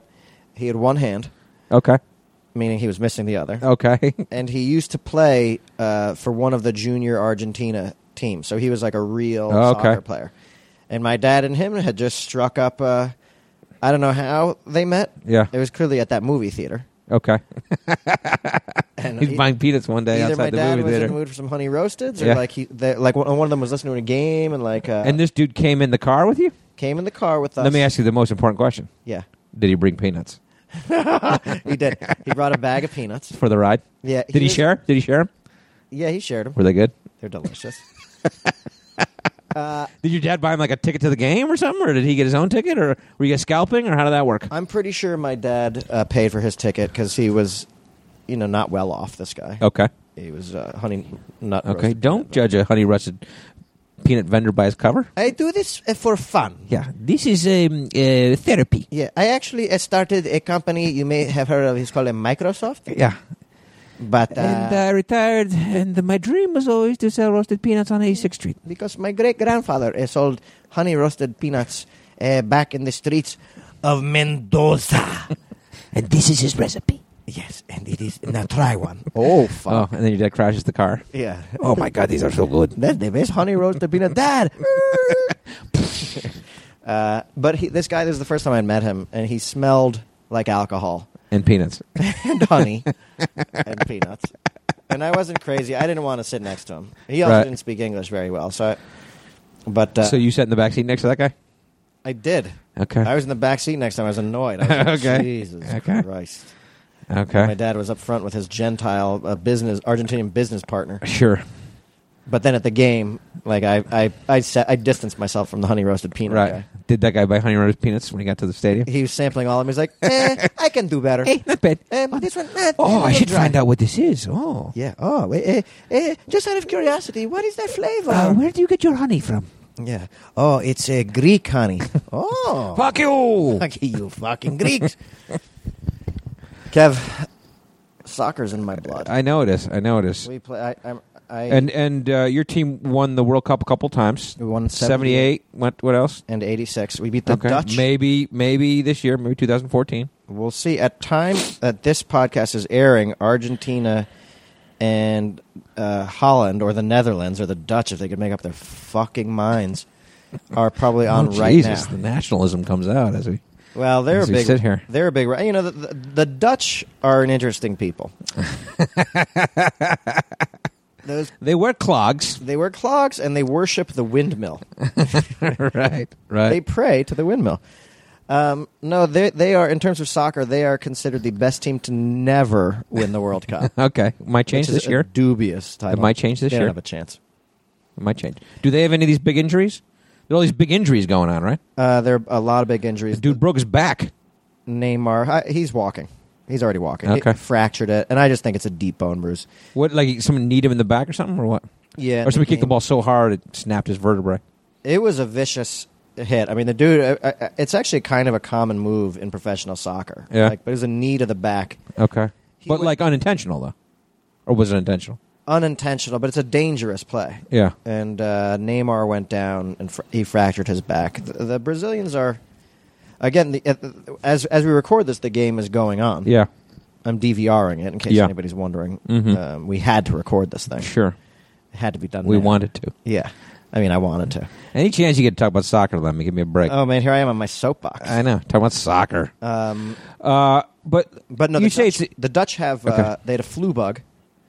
He had one hand, okay, meaning he was missing the other. okay. And he used to play uh, for one of the junior Argentina teams. So he was like a real Oh, okay. soccer player. And my dad and him had just struck up, uh, I don't know how they met. Yeah. It was clearly at that movie theater. okay. And He's e- buying peanuts one day Either my outside the dad movie was theater. in the mood for some honey roasteds, or Yeah. like he, they, like one one of them was listening to a game, and like uh, and this dude came in the car with you. came in the car with us. Let me ask you the most important question: Yeah, Did he bring peanuts he did. he brought a bag of peanuts. for the ride? Yeah, Did he was- share? Did he share them? Yeah, he shared them. Were they good? They're delicious. Did your dad buy him like a ticket to the game or something, or did he get his own ticket, or were you guys scalping, or how did that work? I'm pretty sure my dad uh, paid for his ticket because he was, you know, not well off. This guy. Okay, He was uh, honey nut. okay. roasted Don't peanut judge a honey roasted peanut vendor by his cover. butter. I do this uh, for fun. Yeah, this is um, uh, therapy. Yeah, I actually uh, started a company. You may have heard of. It's called uh, Microsoft. Yeah, But uh, and I retired, and my dream was always to sell roasted peanuts on 86th Street. because my great grandfather uh, sold honey roasted peanuts uh, back in the streets of Mendoza. And this is his recipe. Yes, and it is. Now try one. Oh, Oh, fuck. and then your dad crashes the car. Yeah. Oh my god, these are so good. That's the best honey roasted peanut, Dad. uh, but he, this guy, this is the first time I met him, and he smelled like alcohol And peanuts. and honey and peanuts. And I wasn't crazy. I didn't want to sit next to him. He also Right. didn't speak English very well. So, I, but uh, so you sat in the back seat next to that guy. I did. Okay. I was in the back seat next time. I was annoyed. I was like, Okay. Jesus Okay. Christ. My Okay. dad was up front with his Gentile uh, business, Argentinian business partner. Sure. But then at the game, like I, I, I, sat, I distanced myself from the honey roasted peanut Right. guy. Did that guy buy honey roasted peanuts when he got to the stadium? He was sampling all of them. He's like, eh, I can do better. Hey, not bad. Um, this one, eh, Oh, I should dry. find out what this is. Oh. Yeah. Oh, eh, eh, eh, just out of curiosity, what is that flavor? Uh, where do you get your honey from? yeah. Oh, it's a Greek honey. oh, Fuck you. Fuck you, fucking Greeks. Kev, soccer's in my blood. I know it is. I know it is. we play. I, I'm, I And and uh, your team won the World Cup a couple times. we won Seventy 78 eight. What what else? and 86. We beat the Dutch. Maybe maybe this year. Maybe two thousand fourteen. We'll see. At time that this podcast is airing, Argentina and uh, Holland or the Netherlands or the Dutch, if they could make up their fucking minds, are probably on oh, right Jesus, now. the nationalism comes out as we. Well, they're As a we big. sit here. They're a big. You know, the, the, the Dutch are an interesting people. Those They wear clogs. they wear clogs and they worship the windmill. right. Right. They pray to the windmill. Um, no, they they are in terms of soccer. They are considered the best team to never win the World Cup. Okay, might change Which is this a year. Dubious title. It might change this they year. Don't have a chance. might change. Do they have any of these big injuries? There are all these big injuries going on, right? Uh, there are a lot of big The injuries. dude broke his back. Neymar, I, he's walking. He's already walking. He Okay. fractured it, and I just think it's a deep bone bruise. What? Like someone kneed him in the back or something, or what? Yeah, Or somebody kicked the game- ball so hard it snapped his vertebrae. It was a vicious hit. I mean, the dude. I, I, it's actually kind of a common move in professional soccer. Yeah. like, but it was a knee to the back, Okay, He but went- like unintentional though, or was it intentional? unintentional, but it's a dangerous play. Yeah. and uh, Neymar went down and fr- he fractured his back. The, the Brazilians are again the, uh, as as we record this, the game is going on. Yeah. I'm DVRing it in case Yeah. anybody's wondering. Mhm. Um, we had to record this thing. Sure. It had to be done. We now. wanted to. Yeah, I mean, I wanted to. Any chance you get to talk about soccer? Let me give me a break. Oh man, here I am on my soapbox. I know. Talk about soccer. Um, Uh, but but no, you the say Dutch, it's the Dutch have uh, Okay. they had a flu bug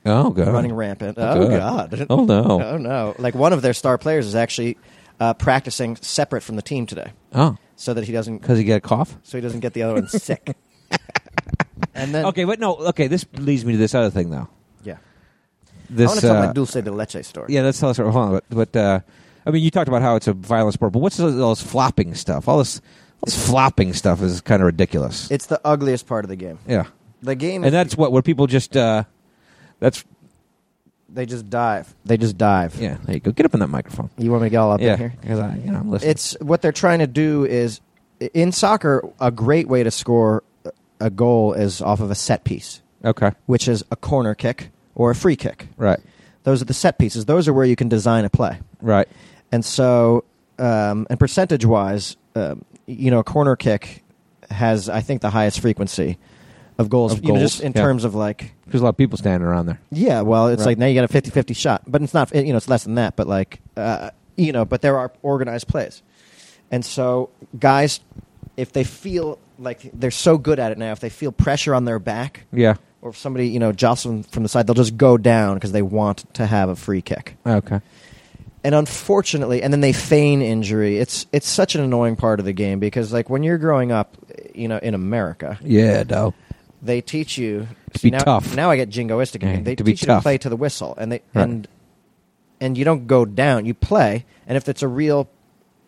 oh god running rampant. Oh God. god. Oh, no. Oh no. Like one of their star players is actually uh, practicing separate from the team today, Oh, so that he doesn't because he got a cough. so he doesn't get the other one sick. and then Okay, but no. Okay, this leads me to this other thing though. yeah, This I want to tell uh, my dulce de leche story. Yeah, that's tell us. Hold on, but, but uh, I mean, you talked about how it's a violent sport, but what's all this flopping stuff? All this, all this flopping stuff is kind of ridiculous. it's the ugliest part of the game. yeah, The game, and that's what where people just uh, that's they just dive. They just dive. yeah. There you go. Get up in that microphone. You want me to get all up yeah, in here? 'cause I, you know, I'm listening. It's what they're trying to do is in soccer. A great way to score a goal is off of a set piece, okay, which is a corner kick or a free kick. right, Those are the set pieces. Those are where you can design a play. right, And so, um, and percentage wise, um, you know, a corner kick has, I think, the highest frequency of goals, Of you know, goals, just in yeah. terms of like, there's a lot of people standing around there. yeah, well, it's Right. like now you got a 50 50 shot, but it's not, you know, it's less than that, but like, uh, you know, but there are organized plays. And so, guys, if they feel like they're so good at it now, if they feel pressure on their back, Yeah. or if somebody, you know, jostles them from the side, they'll just go down because they want to have a free kick Okay. and unfortunately, and then they feign injury. It's it's such an annoying part of the game because like when you're growing up, you know, in America, Yeah, no. they teach you To be now, tough. Now I get jingoistic again. Yeah, they to be teach you to tough. play to the whistle, and they Right. and and you don't go down. You play, and if it's a real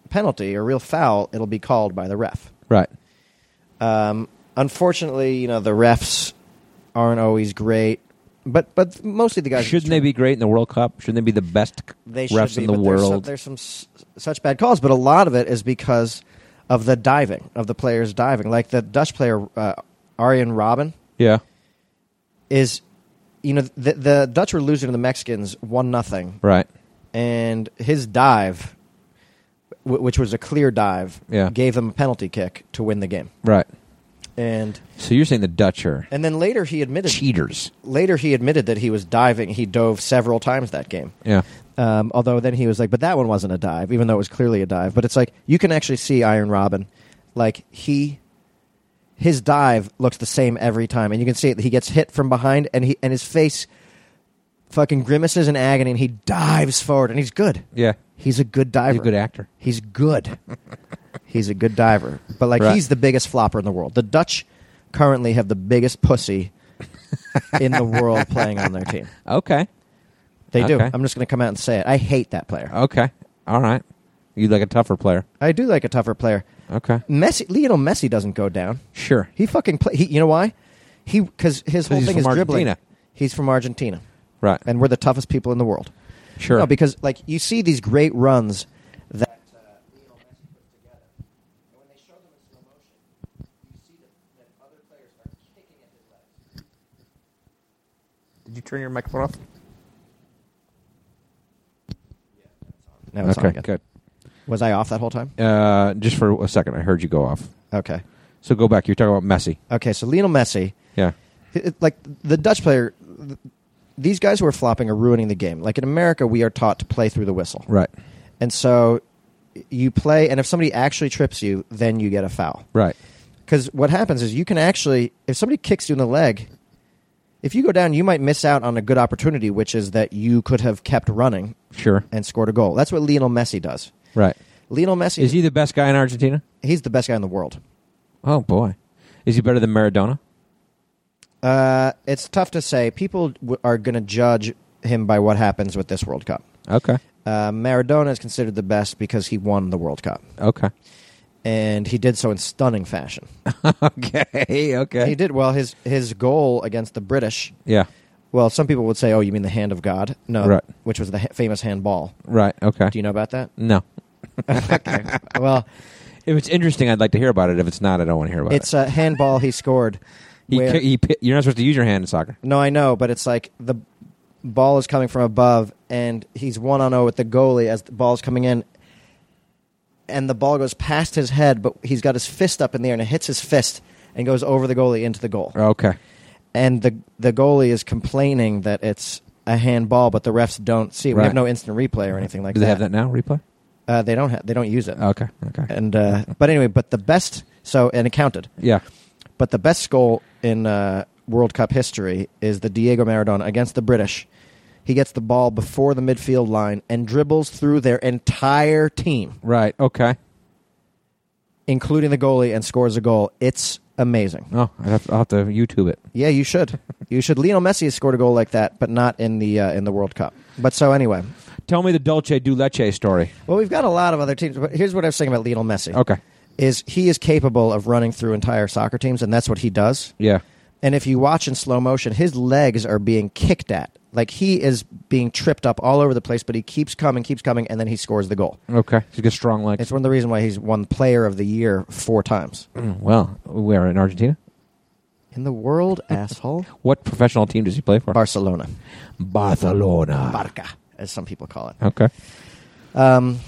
penalty or real foul, it'll be called by the ref. Right. Um, unfortunately, you know the refs aren't always great, but but mostly the guys. Shouldn't they be great in the World Cup? Shouldn't they be the best they should refs be, in the but there's some- world? There's some, s- such bad calls, but a lot of it is because of the diving of the players diving. Like the Dutch player uh, Arjen Robin yeah. is, you know, the, the Dutch were losing to the Mexicans one nothing, Right. and his dive, w- which was a clear dive, Yeah. gave them a penalty kick to win the game. Right. and So you're saying the Dutch are and then later he admitted cheaters? later he admitted that he was diving. He dove several times that game. Yeah. Um, although then he was like, but that one wasn't a dive, even though it was clearly a dive. But it's like you can actually see Iron Robin, like he, his dive looks the same every time, and you can see it. He gets hit from behind, and he and his face, fucking grimaces in agony, and he dives forward, and he's good. Yeah. He's a good diver. good actor. He's good. he's a good diver. But like Right. he's the biggest flopper in the world. The Dutch currently have the biggest pussy in the world playing on their team. Okay. They do. Okay. I'm just going to come out and say it. I hate that player. Okay. All right. You like a tougher player. I do like a tougher player. Okay. Messi, Lionel Messi doesn't go down. Sure. He fucking play. He, you know why? He because his whole he's thing from is dribbling. Argentina. He's from Argentina, Right. and we're the toughest people in the world. Sure. No, because like you see these great runs that uh, Lionel Messi puts together, and when they show them in slow motion, you see that, that other players are kicking at his legs. Did you turn your microphone off? No, it's okay. not Good. Was I off that whole time? Uh, just for a second, I heard you go off. Okay. So go back. You're talking about Messi. Okay. So Lionel Messi, Yeah. it- it- like the Dutch player, th- these guys who are flopping are ruining the game. Like in America, we are taught to play through the whistle, Right. and so you play, and if somebody actually trips you, then you get a foul. Right. Because what happens is you can actually, if somebody kicks you in the leg, if you go down, you might miss out on a good opportunity, which is that you could have kept running Sure. and scored a goal. That's what Lionel Messi does. Right. Lionel Messi, Is he the best guy in Argentina? he's the best guy in the world. Oh boy. Is he better than Maradona? Uh, it's tough to say. People w- are going to judge him by what happens with this World Cup. Okay. Uh, Maradona is considered the best because he won the World Cup, Okay. and he did so in stunning fashion. okay. Okay. He did well. His his goal against the British Yeah. Well, some people would say, "Oh, you mean the hand of God?" No, Right. which was the ha- famous handball. Right. Okay. Do you know about that? no. okay. Well, If it's interesting, I'd like to hear about it. If it's not, I don't want to hear about it's it. a handball he scored. He, where- ki- he, pi- you're not supposed to use your hand in soccer. no, I know, but it's like the ball is coming from above, and he's one on zero with the goalie as the ball's coming in, and the ball goes past his head, but he's got his fist up in the air and it hits his fist and goes over the goalie into the goal. Okay. and the the goalie is complaining that it's a handball, but the refs don't see. it. We Right. have no instant replay or anything like Do that. they have that Oh. now? Replay. Uh, they don't. Ha- they don't use it. Okay. Okay. And uh, but anyway, but the best. So and it counted. Yeah. But the best goal in uh, World Cup history is the Diego Maradona against the British. He gets the ball before the midfield line and dribbles through their entire team, Right. Okay. including the goalie, and scores a goal. It's amazing. Oh, I have, I'll have to YouTube it. Yeah, you should. You should. Lionel Messi has scored a goal like that, but not in the uh, in the World Cup. But so anyway, Tell me the Dolce Du Leche story. well, we've got a lot of other teams. But here's what I was saying about Lionel Messi. Okay. is he is capable of running through entire soccer teams, and that's what he does. Yeah. And if you watch in slow motion, his legs are being kicked at. Like he is being tripped up all over the place, but he keeps coming, keeps coming, and then he scores the goal. Okay. He's got strong legs. It's one of the reasons why he's won Player of the Year four times Mm, well, where in Argentina? in the world, asshole. What professional team does he play for? Barcelona, Barcelona. Barca, as some people call it. Okay. Um,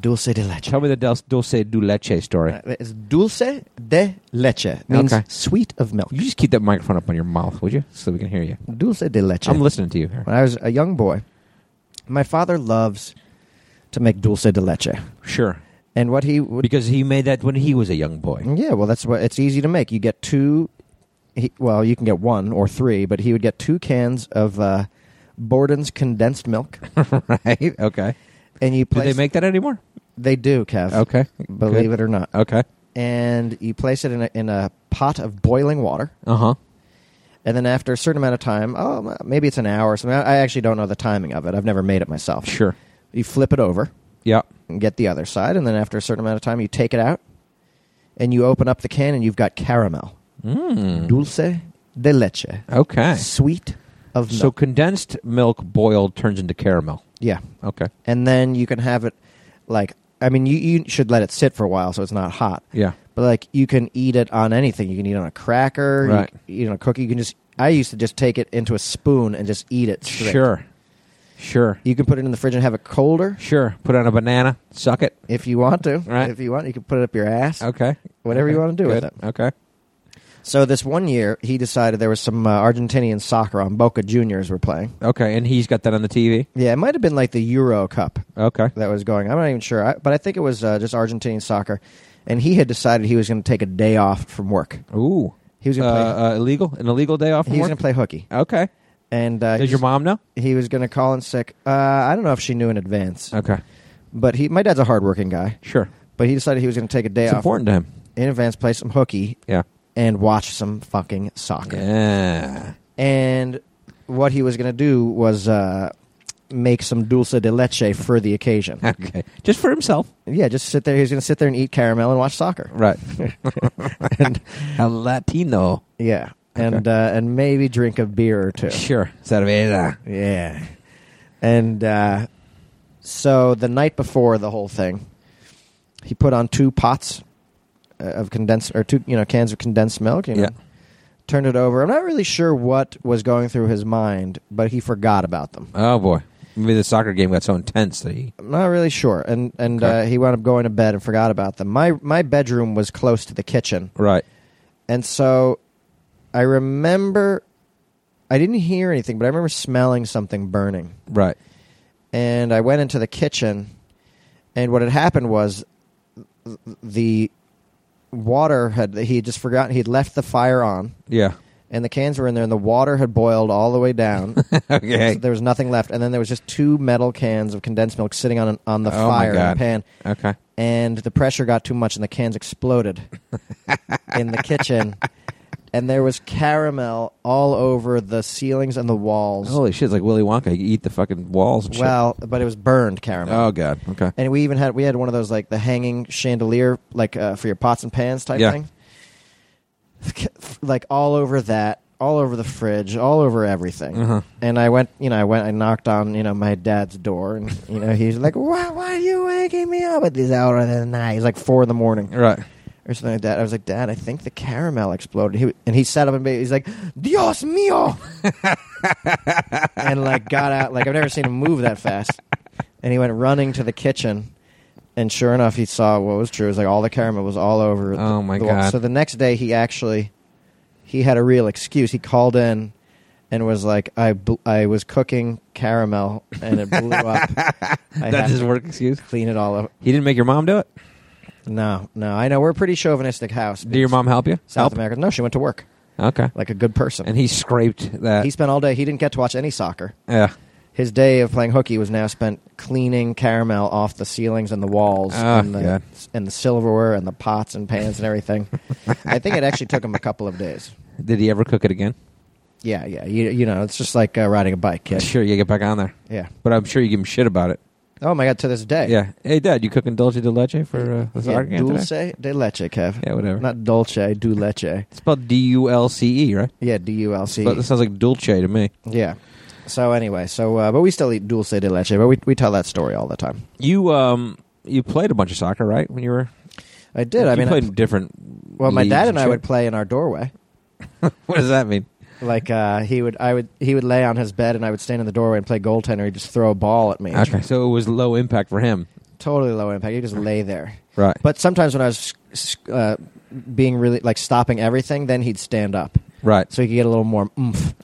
dulce de leche. Tell me the Del- Dolce Du Leche story. Uh, It's dulce de leche means Okay. sweet of milk. You just keep that microphone up on your mouth, would you? So we can hear you. Dulce de leche. I'm listening to you. here. when I was a young boy, my father loves to make dulce de leche. Sure. And what Mm. he would. Because he made that when he was a young boy. Yeah, well, that's what it's easy to make. You get two. He, well, you can get one or three, but he would get two cans of uh, Borden's condensed milk, right? Okay. and you Do place. they make that anymore? They do, Kev. Okay. Believe it or not. Okay. And you place it in a, in a pot of boiling water, Uh huh. and then after a certain amount of time, oh, maybe it's an hour or something. I I actually don't know the timing of it. I've never made it myself. Sure. You flip it over. Yeah. and get the other side, and then after a certain amount of time, you take it out and you open up the can, and you've got caramel, Mm. Mm-hmm. dulce de leche, Okay. sweet of So milk. condensed milk boiled turns into caramel. yeah, Okay. and then you can have it like I mean, you you should let it sit for a while so it's not hot. Yeah. But like you can eat it on anything. You can eat it on a cracker, you Right. can eat it on a cookie. You can just I used to just take it into a spoon and just eat it. Straight. Sure. Sure. You can put it in the fridge and have it colder Sure. Put on a banana. Suck it. if you want to. Right. If you want, you can put it up your ass. Okay. Whatever you Okay. want to do with Good. it. Okay. So this one year, he decided there was some uh, Argentinian soccer on Boca Juniors were playing. Okay, and he's got that on the TV. Yeah, it might have been like the Euro Cup Okay, that was going. I'm not even sure, I, but I think it was uh, just Argentinian soccer. And he had decided he was going to take a day off from work. ooh, He was uh, going to play. uh, illegal, an illegal day off. from he was work? going to play hooky. Okay, And uh, he does your was- mom know? He was going to call in sick. Uh, I don't know if she knew in advance, Okay, but he. My dad's a hardworking guy, sure. but he decided he was going to take a day It's off important to him. in advance, play some hooky, Yeah. and watch some fucking soccer. Yeah. and what he was going to do was uh, make some dulce de leche for the occasion. Okay. Just for himself. yeah, just sit there. He was going to sit there and eat caramel and watch soccer. Right. A Latino. Yeah, and uh, and maybe drink a beer or two. Sure. Cerveza. yeah, and uh, so the night before the whole thing, he put on two pots uh, of condensed or two you know cans of condensed milk. You know, Yeah. Turned it over. I'm not really sure what was going through his mind, but he forgot about them. Oh boy. Maybe the soccer game got so intense that he. I'm not really sure. And and Okay. uh, he wound up going to bed and forgot about them. My my bedroom was close to the kitchen, Right. and so I remember I didn't hear anything, but I remember smelling something burning. Right. And I went into the kitchen, and what had happened was th- the water had he had just forgotten he'd left the fire on Yeah. and the cans were in there and the water had boiled all the way down Okay. So there was nothing left and then there was just two metal cans of condensed milk sitting on an, on the Oh, my fire in the God. pan okay. and the pressure got too much and the cans exploded in the kitchen and there was caramel all over the ceilings and the walls Holy shit! It's like Willy Wonka. You eat the fucking walls. And shit. well but it was burned caramel Oh god. Okay. and we even had we had one of those like the hanging chandelier like uh, for your pots and pans type Yeah. thing like all over that all over the fridge all over everything Uh-huh. and i went you know i went i knocked on you know my dad's door and you know he's like why, why are you waking me up at this hour of the night it's like four in the morning Right. or something like that. I was like, Dad, I think the caramel exploded. He, and he sat up and ba- he's like, Dios mío, and like got out. Like I've never seen him move that fast. And he went running to the kitchen, and sure enough, he saw what was true. It was like all the caramel was all over. the- Oh, my the wall. God. So the next day, he actually he had a real excuse. He called in and was like, I bl- I was cooking caramel and it blew up. I had That's his to work excuse. Clean it all up. He didn't make your mom do it. No, no, I know we're a pretty chauvinistic house. Did your mom help you? South help? America. No, she went to work Okay. like a good person. And he uh, scraped that. he spent all day. He didn't get to watch any soccer. Yeah. His day of playing hooky was now spent cleaning caramel off the ceilings and the walls Ah, and, the, God. and the silverware and the pots and pans and everything. I think it actually took him a couple of days. Did he ever cook it again? Yeah, yeah. You, you know, it's just like uh, riding a bike, kid. Sure, you get back on there. Yeah. But I'm sure you give him shit about it. Oh my God, to this day. Yeah. Hey, Dad, you cooking dulce de leche for uh, Yeah, the soccer game today? dulce de leche, Kev. Yeah, whatever. Not dulce, du leche. It's spelled D U L C E, right? Yeah, D U L C. But it sounds like dulce to me. Yeah. So anyway, so uh, but we still eat dulce de leche, but we we tell that story all the time. You um you played a bunch of soccer, right? When you were I did. you I mean, I- played different. Well, my leagues dad and I shit. would play in our doorway. What does that mean? Like uh, he would, I would, he would lay on his bed, and I would stand in the doorway and play goaltender. He'd just throw a ball at me. Okay, so it was low impact for him, Totally low impact. He'd just lay there. right? But sometimes when I was s- s- uh, being really like stopping everything, then he'd stand up right. so he could get a little more oomph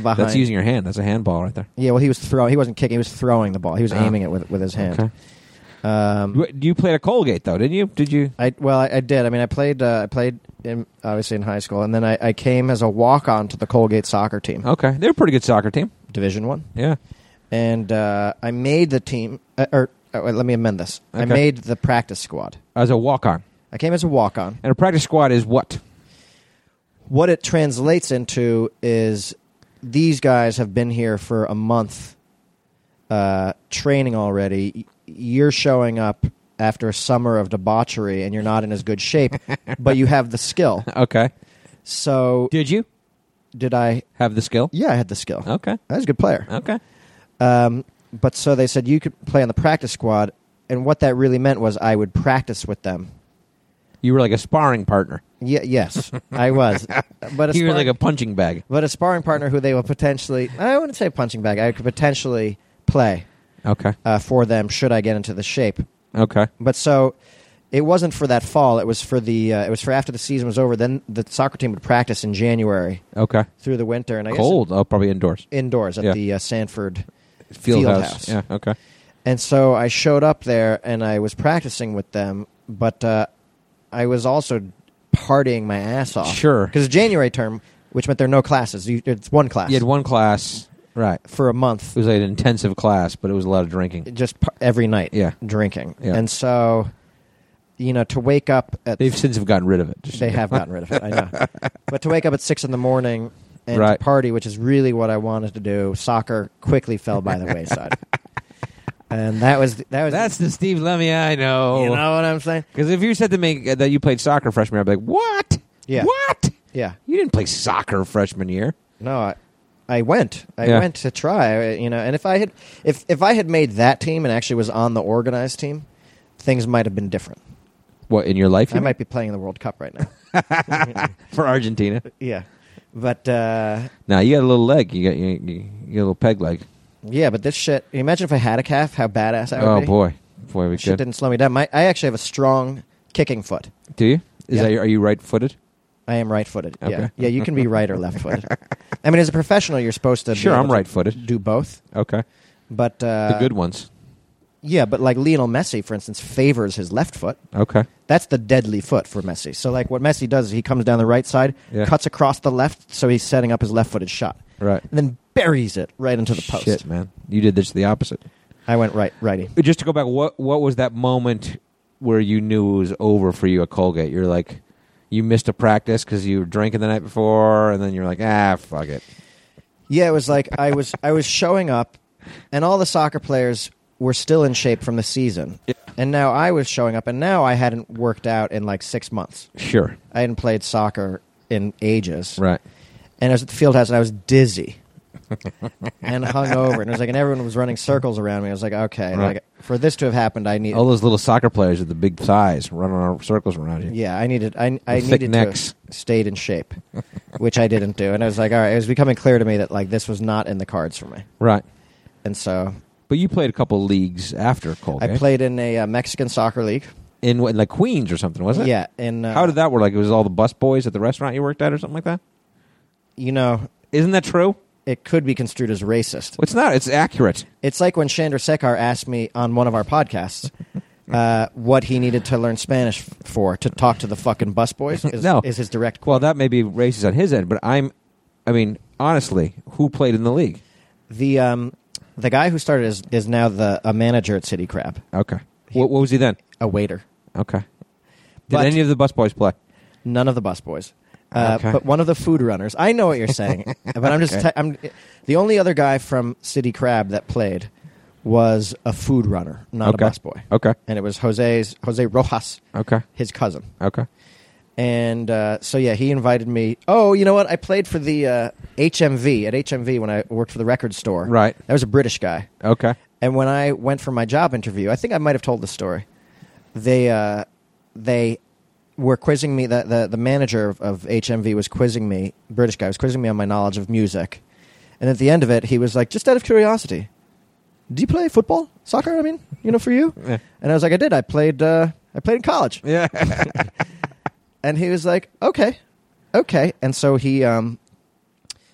behind. That's using your hand. That's a handball right there. Yeah, well, he was throwing. He wasn't kicking. He was throwing the ball. He was Ah. aiming it with with his hand. Okay. Um, You, you played at Colgate though, didn't you? Did you? I well, I, I did. I mean, I played. Uh, I played in, obviously in high school, and then I, I came as a walk on to the Colgate soccer team, Okay, they were a pretty good soccer team. Division One. Yeah. and uh, I made the team. Uh, or uh, wait, let me amend this. I Okay. made the practice squad. As a walk on, I came as a walk on. and a practice squad is what? What it translates into is these guys have been here for a month, uh, training already. Y- You're showing up after a summer of debauchery, and you're not in as good shape, but you have the skill. Okay. So Did Oh. you did I? have the skill? Yeah, I had the skill. Okay. I was a good player. Okay. Um, but so they said you could play on the practice squad, and what that really meant was I would practice with them. You were like a sparring partner. Yeah, yes, I was. But a you were spar- like a punching bag. but a sparring partner who they will potentially I wouldn't say punching bag. I could potentially play Okay. uh, for them should I get into the shape. Okay. But so It wasn't for that fall. It was for the. Uh, it was for after the season was over. Then the soccer team would practice in January Okay. through the winter, and I Cold. Oh, probably indoors. guess indoors at Yeah. the uh, Sanford Field, house. house. Yeah. Okay. And so I showed up there and I was practicing with them, but uh, I was also partying my ass off. Sure. Because January term, which meant there are no classes. You, it's one class You had one class. Right. for a month, It was like an intensive class, but it was a lot of drinking. just par- every night Yeah. drinking. Yeah. And so, you know, to wake up at. They've since have gotten rid of it. Just- they have gotten rid of it, I know. but to wake up at six in the morning and Right. to party, which is really what I wanted to do, soccer quickly fell by the wayside. and that was. That was That's oh. the Steve Lemmy I know. You know what I'm saying? Because if you said to me uh, that you played soccer freshman, year, I'd be like, "What? Yeah. What? Yeah. You didn't play soccer freshman year? No, I, I went. I Yeah. went to try. uh, You know, and if I had, if if I had made that team and actually was on the organized team, things might have been different. What in your life? I you might be playing in the World Cup right now. mean? for Argentina. yeah, but uh, Now you got a little leg. You got you, you, you got a little peg leg. yeah, but this shit. Imagine if I had a calf, how badass I would Oh be. boy, boy, we shit could. didn't slow me down. My, I actually have a strong kicking foot. Do you? Is Yeah. that your- are you right footed? I am right-footed. Yeah, Okay. yeah. You can be right or left-footed. I mean, as a professional, you're supposed to be Sure, able I'm to right-footed. Do both, Okay, but uh, the good ones. Yeah, but like Lionel Messi, for instance, favors his left foot. Okay, That's the deadly foot for Messi. So, like, what Messi does is he comes down the right side, Yeah. cuts across the left, so he's setting up his left footed shot, right. and then buries it right into the post. Shit, man, you did this the opposite. I went right, righty. Just to go back, what what was that moment where you knew it was over for you at Colgate? You're like, you missed a practice because you were drinking the night before, and then you're like, ah, fuck it. Yeah, it was like I was I was showing up, and all the soccer players were still in shape from the season, and now I was showing up, and now I hadn't worked out in like six months. Sure, I hadn't played soccer in ages, right. and I was at the field house and I was dizzy and hung over and it was like and everyone was running circles around me. I was like, okay, Right. like for this to have happened, I need All those little soccer players with the big thighs running around circles around you. yeah, I needed I I With thick needed necks. to have stayed in shape, which I didn't do. And I was like, all right, it was becoming clear to me that like this was not in the cards for me. Right. And so But you played a couple leagues after Colgate. I played in a uh, Mexican soccer league. in, what- like Queens or something, was it? Yeah, and uh, How did that work? Like it was all the bus boys at the restaurant you worked at or something like that? you know, Isn't that true? it could be construed as racist. Well, it's not. It's accurate. It's like when Shander Sekar asked me on one of our podcasts uh, what he needed to learn Spanish f- for to talk to the fucking busboys. Is, No. is his direct quote. Well, that may be racist on his end, but I'm. I mean, honestly, who played in the league? The um, the guy who started is is now the a manager at City Crab, Okay. what, what was he then? a waiter. Okay. Did But- any of the bus boys play? None of the busboys. Uh, Okay. But one of the food runners. I know what you're saying, but I'm just i I'm the only other guy from City Crab that played was a food runner, not Okay. a busboy. Okay. And it was Jose's Jose Rojas, Okay. his cousin. Okay. and uh, so yeah, he invited me. Oh, you know what? I played for the uh, HMV at HMV when I worked for the record store. Right. that was a British guy. Okay. And when I went for my job interview, I think I might have told the story. They uh, they were quizzing me. The, the the manager of, of HMV was quizzing me. British guy was quizzing me on my knowledge of music. And at the end of it, he was like, "Just out of curiosity, do you play football, soccer? I mean, you know, for you?" Yeah. And I was like, "I did. I played. Uh, I played in college." Yeah. and he was like, "Okay, okay." And so he um,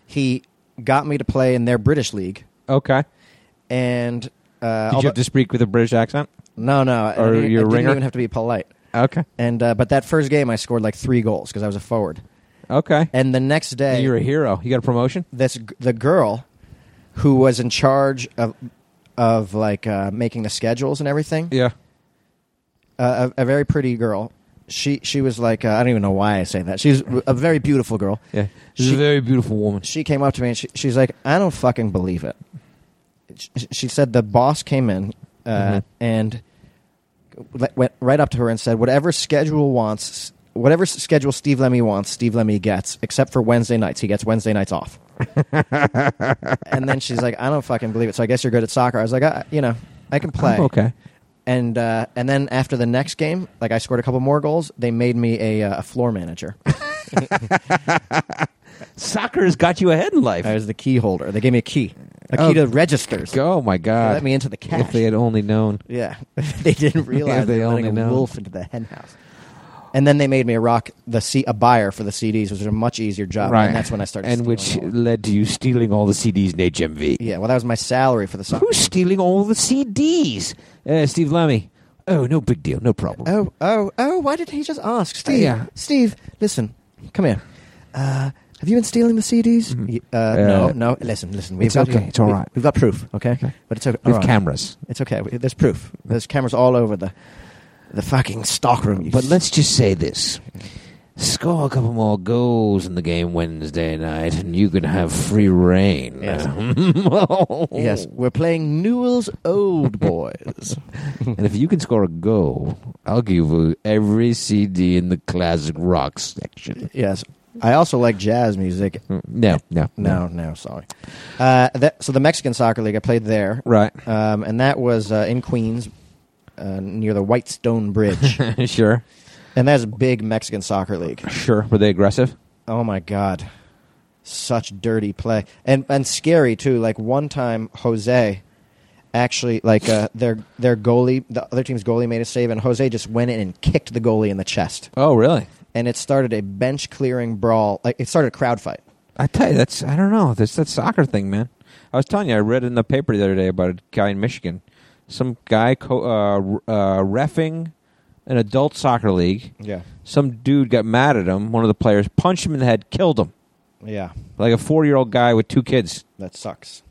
he got me to play in their British league, okay. and uh, Did you although- have to speak with a British accent? no, no, I Or didn't- I, you're a didn't ringer? even have to be polite. Okay. And uh, but that first game, I scored like three goals because I was a forward. Okay. And the next day, You're a hero. You got a promotion? this g- the girl who was in charge of of like uh, making the schedules and everything, Yeah. uh, a, a very pretty girl. She she was like uh, I don't even know why I say that. She's a very beautiful girl. Yeah. She's She- a very beautiful woman. she came up to me and she, she's like, I don't fucking believe it. She, she said the boss came in uh, Mhm. and le- went right up to her and said, whatever schedule wants, whatever s- schedule Steve Lemmy wants, Steve Lemmy gets, except for Wednesday nights. He gets Wednesday nights off. and then she's like, I don't fucking believe it. So I guess you're good at soccer. I was like, I, you know, I can play. I'm okay. And uh, and then after the next game, like I scored a couple more goals. They made me a, uh, a floor manager. Soccer has got you ahead in life. I was the key holder. They gave me a key. I Akita registers. Oh my They God! let me into the cash. If they had only known. yeah, they didn't realize they they were letting only a know. wolf into the hen house. And then they made me a rock the C- a buyer for the CDs, which was a much easier job. And that's when I started. And stealing which all of them. led to you stealing all the CDs in HMV. yeah, well, that was my salary for the song. Who's stealing all the CDs? Uh, Steve Lemmy. Oh, no big deal. No problem. Oh, oh, oh, why did he just ask? Steve, Yeah. Steve, listen, come here. Uh, have you been stealing the CDs? Y- uh, no, Uh, no, listen, listen. We've it's got, okay, it's all right. We, have got proof, okay? But it's okay. With all right. cameras. It's okay. We- There's proof. There's cameras all over the the fucking stockroom. you But s- let's just say this. Score a couple more goals in the game Wednesday night, and you can have free reign. Yes. Oh. Yes, we're playing Newell's Old Boys. and if you can score a goal, I'll give you every CD in the classic rock section. yes. I also like jazz music. No, no, No, no, sorry. Uh, that, so the Mexican Soccer League, I played there. Right. Um, and that was uh, in Queens, uh, near the Whitestone Bridge. sure. and that's a big Mexican soccer league. Sure. Were they aggressive? Oh my god, such dirty play and and scary too. Like one time, Jose actually like uh, their their goalie, the other team's goalie made a save, and Jose just went in and kicked the goalie in the chest, Oh, really? and it started a bench clearing brawl. Like it started a crowd fight. I tell you, that's I don't know. That's that soccer thing, man. I was telling you, I read in the paper the other day about a guy in Michigan, some guy co- uh, uh, refing an adult soccer league. Yeah, Some dude got mad at him. One of the players punched him in the head, killed him. yeah, Like a four-year-old guy with two kids. that sucks.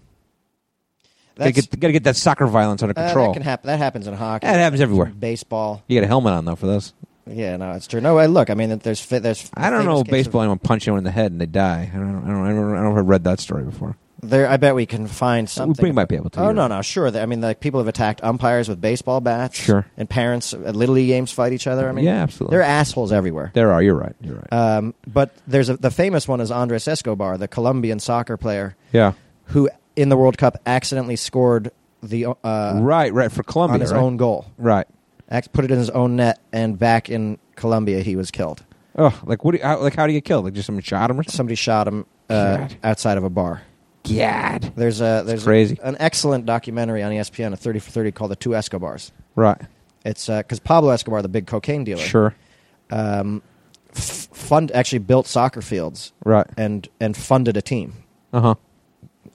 Got to That's- get, gotta get that soccer violence under uh, control. that can happen. That happens in hockey. That happens everywhere. Baseball. You got a helmet on though for those. Yeah, no, it's true. No, I look. I mean, there's fi- there's. I don't famous know if case baseball of- anyone punch anyone in the head and they die. I don't. I don't. I don't, I don't know if I read that story before. there, I bet we can find something. We might be able to. Oh yeah. no, no, sure. I mean, like people have attacked umpires with baseball bats. Sure. And parents at little league games fight each other. I mean, Yeah, absolutely. They're assholes everywhere. There are. You're right. You're right. um, but there's a, the famous one is Andres Escobar, the Colombian soccer player yeah. who in the World Cup accidentally scored the uh, right. Right. For Columbia. on his right? own goal, Right. Ac- put it in his own net, and back in Colombia he was killed. Oh, like what? Do you, how, like how do you kill? Like just someone shot him or something? Somebody shot him uh, God. outside of a bar. God. There's a there's crazy. an excellent documentary on E ESPN, a thirty for thirty called "The Two Escobars." Right. It's because Pablo Escobar, the big cocaine dealer, Sure. um, f- fund actually built soccer fields Right. and and funded a team Uh huh.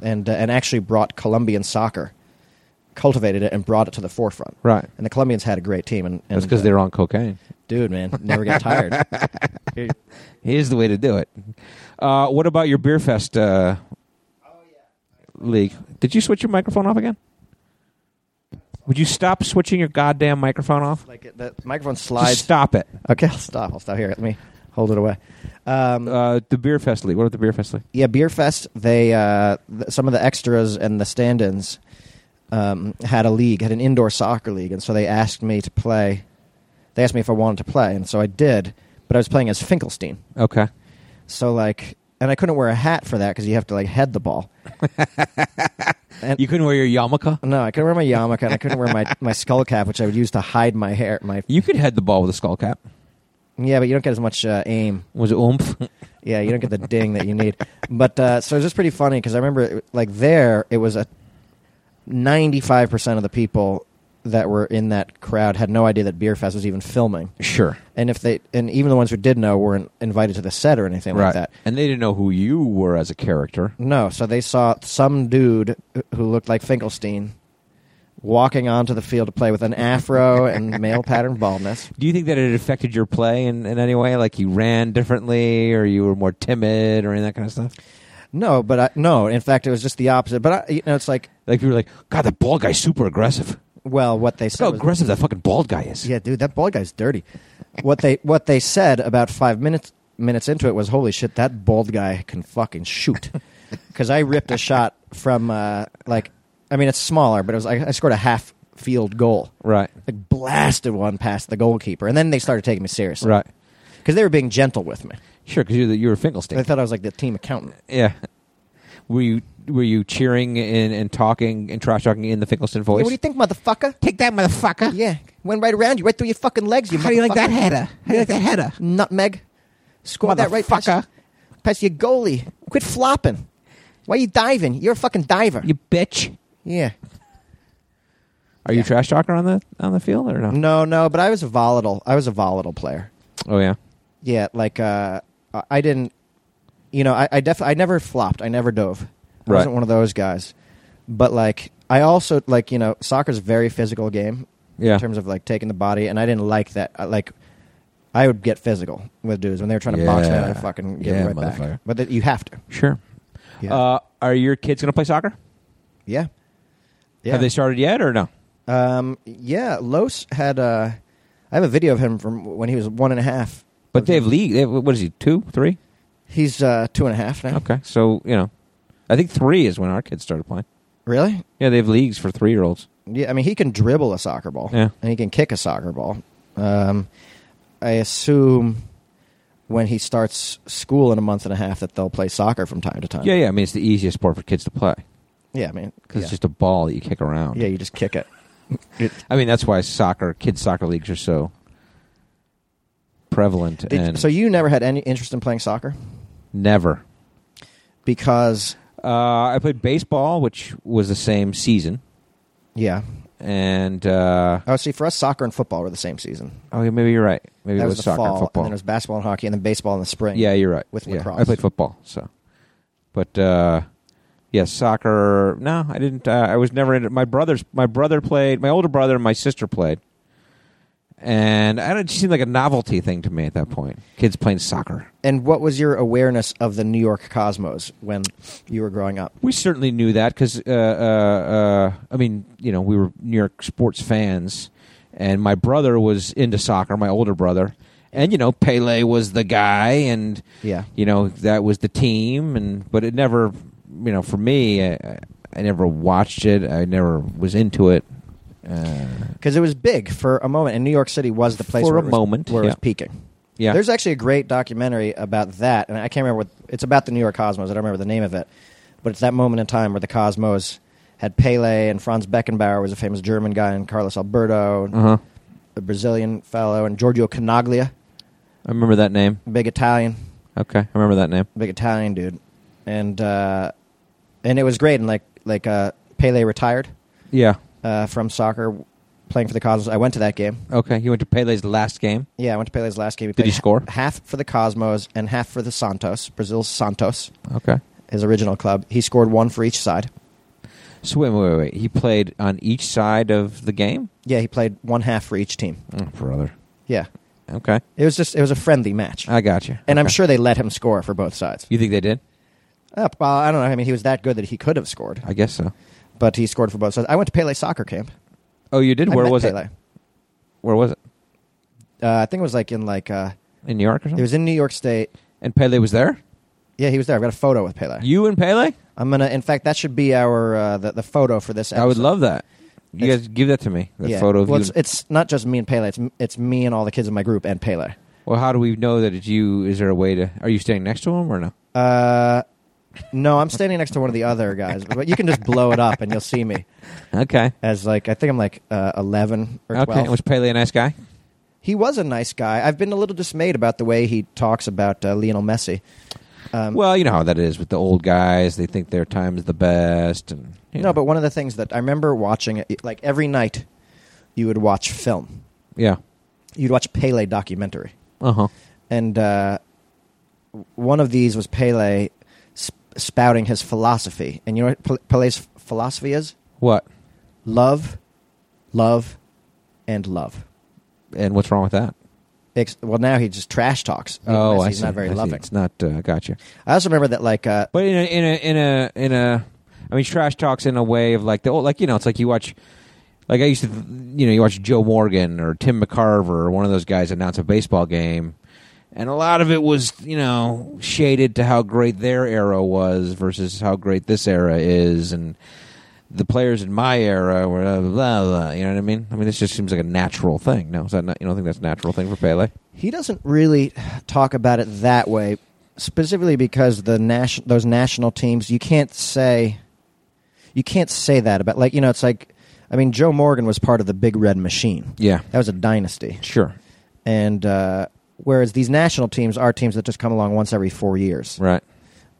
and uh, and actually brought Colombian soccer, cultivated it and brought it to the forefront. Right. And the Colombians had a great team. And, and That's because uh, they're on cocaine. dude, man, never got tired. Here's the way to do it. Uh, what about your beer fest? Uh, league. Did you switch your microphone off again? Would you stop switching your goddamn microphone off? like it- the microphone Just slides. stop it. Okay, I'll stop. I'll stop here. Let me hold it away. Um, Uh, the beer fest league. What about the beer fest league? yeah, Beer Fest. They uh, th- some of the extras and the stand-ins um, had a league, had an indoor soccer league, and so they asked me to play. They asked me if I wanted to play, and so I did. But I was playing as Finkelstein, Okay. so like, and I couldn't wear a hat for that because you have to like head the ball. You couldn't wear your yarmulke. No, I couldn't wear my yarmulke, and I couldn't wear my, my skull cap, which I would use to hide my hair. My You could head the ball with a skull cap. yeah, but you don't get as much uh, aim. Was it oomph? Yeah, you don't get the ding that you need. But uh, so it was just pretty funny because I remember, it, like, there it was a ninety-five percent of the people that were in that crowd had no idea that Beer Fest was even filming, sure. and if they, and even the ones who did know weren't invited to the set or anything like that. And they didn't know who you were as a character. No, so they saw some dude who looked like Finkelstein walking onto the field to play with an afro and male pattern baldness. Do you think that it affected your play in, in any way? Like you ran differently, or you were more timid, or any of that kind of stuff? No, but I, no. In fact, it was just the opposite. But I, you know, it's like, Like people were like, God, that bald guy's super aggressive. Look well, what they said. how was- aggressive that fucking bald guy is. Yeah, dude, that bald guy's dirty. What they what they said about five minutes minutes into it was, "Holy shit, that bald guy can fucking shoot." Because I ripped a shot from uh, like, I mean, it's smaller, but it was I, I scored a half field goal. Right. Like blasted one past the goalkeeper, and then they started taking me seriously. Right. because they were being gentle with me. Sure, because you were Finkelstein. They thought I was like the team accountant. yeah. Were you were you cheering and, and talking and trash talking in the Finkelstein voice? Hey, what do you think, motherfucker? Take that, motherfucker. Yeah, went right around you, right through your fucking legs. You How do you like that motherfucker. header? How do you like that header? Nutmeg, scored that right past, Motherfucker. past your goalie. Quit flopping. Why are you diving? You're a fucking diver. You bitch. yeah. Are you trash talker on the on the field or no? No, no, but I was a volatile. I was a volatile player. Oh yeah. Yeah, like uh, I- I didn't. You know, I I, def- I never flopped. I never dove. I Right. wasn't one of those guys. But like, I also like you know, soccer's a very physical game Yeah. in terms of like taking the body, and I didn't like that. I, like, I would get physical with dudes when they were trying to box me. I would Yeah. fucking give Yeah, it right motherfucker. back. But that you have to. Sure. Yeah. Uh, are your kids going to play soccer? yeah. Yeah. Have they started yet or no? Um, yeah, Los had. Uh, I have a video of him from when he was one and a half. But they have league. They have, what is he? Two, three? He's uh, two and a half now. Okay, so you know, I think three is when our kids started playing. Really? Yeah, they have leagues for three year olds. Yeah. I mean, he can dribble a soccer ball. Yeah. And he can kick a soccer ball. Um, I assume when he starts school in a month and a half that they'll play soccer from time to time. Yeah, yeah. I mean, it's the easiest sport for kids to play Yeah. I mean, because yeah. it's just a ball that you kick around. yeah, you just kick it. It- I mean that's why soccer, kids soccer leagues are so prevalent did- and so you never had any interest in playing soccer never. because, Uh, I played baseball, which was the same season, yeah. and uh, Oh, see, for us, soccer and football were the same season. oh, yeah, maybe you're right. Maybe that it was, the soccer fall, and football. and then it was basketball and hockey, and then baseball in the spring. Yeah, you're right. with Yeah, lacrosse. I played football, so. But uh yeah, soccer. No, I didn't. Uh, I was never into. My brothers. My brother played. My older brother and my sister played. And I don't, it just seemed like a novelty thing to me at that point. Kids playing soccer. And what was your awareness of the New York Cosmos when you were growing up? We certainly knew that because, uh, uh, uh, I mean, you know, we were New York sports fans, and my brother was into soccer, my older brother. And, you know, Pele was the guy, and, Yeah. you know, that was the team. And But it never, you know, for me, I, I never watched it, I never was into it. Uh, Because it was big for a moment, and New York City was the place For where a it was, moment, where it was yeah. peaking. yeah. There's actually a great documentary about that, and I can't remember what it's about the New York Cosmos. I don't remember the name of it, but it's that moment in time where the Cosmos had Pele and Franz Beckenbauer was a famous German guy, and Carlos Alberto, and uh-huh. a Brazilian fellow, and Giorgio Canaglia, I remember that name. big Italian, Okay. I remember that name. big Italian dude, and uh, and it was great. And like like uh, Pele retired Yeah. uh, from soccer, playing for the Cosmos. I went to that game. Okay. You went to Pele's last game. Yeah, I went to Pele's last game. Oh. Did he played score? Half for the Cosmos and half for the Santos, Brazil's Santos. Okay. his original club. He scored one for each side. So wait, wait, wait, wait. He played on each side of the game? Yeah, he played one half for each team. Oh, brother. Yeah, Okay. it was just it was a friendly match, I got you. and I'm Okay. sure they let him score for both sides. You think they did? Uh, well, I don't know. I mean, he was that good that he could have scored, I guess so. but he scored for both sides. I went to Pele soccer camp. Oh, you did. I Where met was Pele. it? Where was it? Uh, I think it was like in like uh, In New York or it something? was in New York State. and Pele was there. Yeah, he was there. I've got a photo with Pele. You and Pele. I'm gonna. In fact, that should be our uh, the, the photo for this. Episode. I would love that. You It's- guys give that to me. That yeah. photo of well, you. It's, and- it's not just me and Pele. It's it's me and all the kids in my group and Pele. well, how do we know that it's you? Is there a way to? Are you standing next to him or no? Uh, no, I'm standing next to one of the other guys, but you can just blow it up and you'll see me Okay. as like I think I'm like uh, 11 or 12. Okay. Was Pele a nice guy? He was a nice guy. I've been a little dismayed about the way he talks about uh, Lionel Messi. Um, well, you know how that is with the old guys. They think their time is the best. And you no, know. but one of the things that I remember watching, it- like every night, you would watch film. yeah. You'd watch a Pele documentary, Uh Uh-huh. huh. and uh, w- one of these was Pele sp- spouting his philosophy. And you know what Pe- Pele's philosophy is? What? love, love, and love. And what's wrong with that? Ex- well, now he just trash talks. oh, He's I see. not very I see. loving. It's not. Uh, gotcha. I also remember that, like, uh, But in a in a in a in a, I mean, trash talks in a way of like the old, like you know, it's like you watch, like I used to, you know, you watch Joe Morgan or Tim McCarver or one of those guys announce a baseball game, and a lot of it was you know shaded to how great their era was versus how great this era is, and the players in my era were blah, blah, blah, blah, you know what I mean? I mean, this just seems like a natural thing. No, is that not, you don't think that's a natural thing for Pele? he doesn't really talk about it that way, specifically because the nation those national teams, you can't say, you can't say that about like you know, it's like, I mean, Joe Morgan was part of the Big Red Machine. Yeah, That was a dynasty, sure, and uh, whereas these national teams are teams that just come along once every four years. right.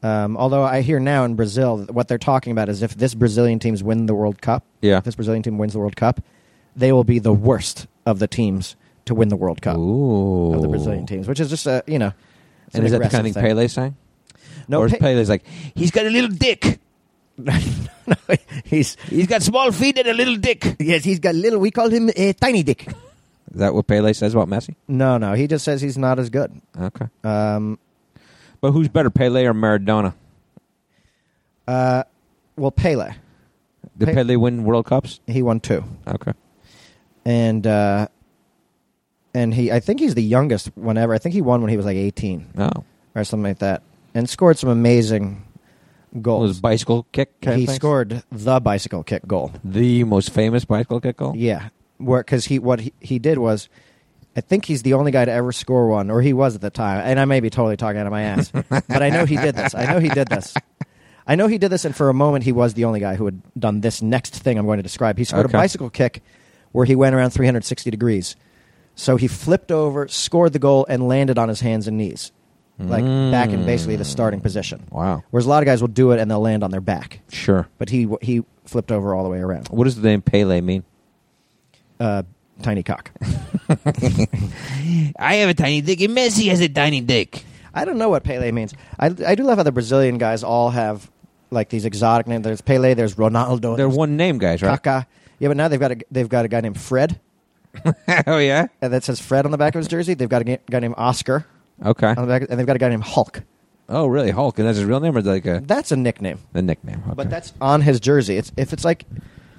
Um, although I hear now in Brazil, that what they're talking about is if this Brazilian teams win the World Cup, Yeah. if this Brazilian team wins the World Cup, they will be the worst of the teams to win the World Cup Ooh. of the Brazilian teams, which is just a you know. it's And an is that the kind of aggressive thing Pele sang? No, or is Pe- Pele's like, he's got a little dick. no, he's He's got small feet and a little dick. Is yes, he's got little. We call him a tiny dick. that what Pele says about Messi? No, no, he just says he's not as good. Okay. Um, But who's better, Pele or Maradona? uh, well, Pele, Did Pe- Pele win World Cups? he won two, Okay. and uh, and he, I think he's the youngest one ever. I think he won when he was like eighteen. Oh. or something like that, and scored some amazing Well, his goals. bicycle kick. kind of he things? scored the bicycle kick goal. the most famous bicycle kick goal. Yeah, because he what he, he did was, I think he's the only guy to ever score one, or he was at the time. And I may be totally talking out of my ass, but I know he did this. I know he did this. I know he did this, and for a moment he was the only guy who had done this next thing I'm going to describe. He scored Okay. a bicycle kick where he went around 360 degrees. So he flipped over, scored the goal, and landed on his hands and knees, like back in basically the starting position. Mm. Wow. Whereas a lot of guys will do it and they'll land on their back, Sure. but he he flipped over all the way around. What does the name Pele mean? Uh, tiny cock. I have a tiny dick, and Messi has a tiny dick. I don't know what Pele means. I, I do love how the Brazilian guys all have like these exotic names. There's Pele. There's Ronaldo. They're there's one name guys, right? Kaká. Yeah, but now they've got a, they've got a guy named Fred oh yeah. uh, that says Fred on the back of his jersey. They've got a ga- guy named Oscar Okay. on the back, and they've got a guy named Hulk. Oh really? Hulk, and that's his real name, or like a, That's a nickname, a nickname? Okay. but that's on his jersey. It's if it's like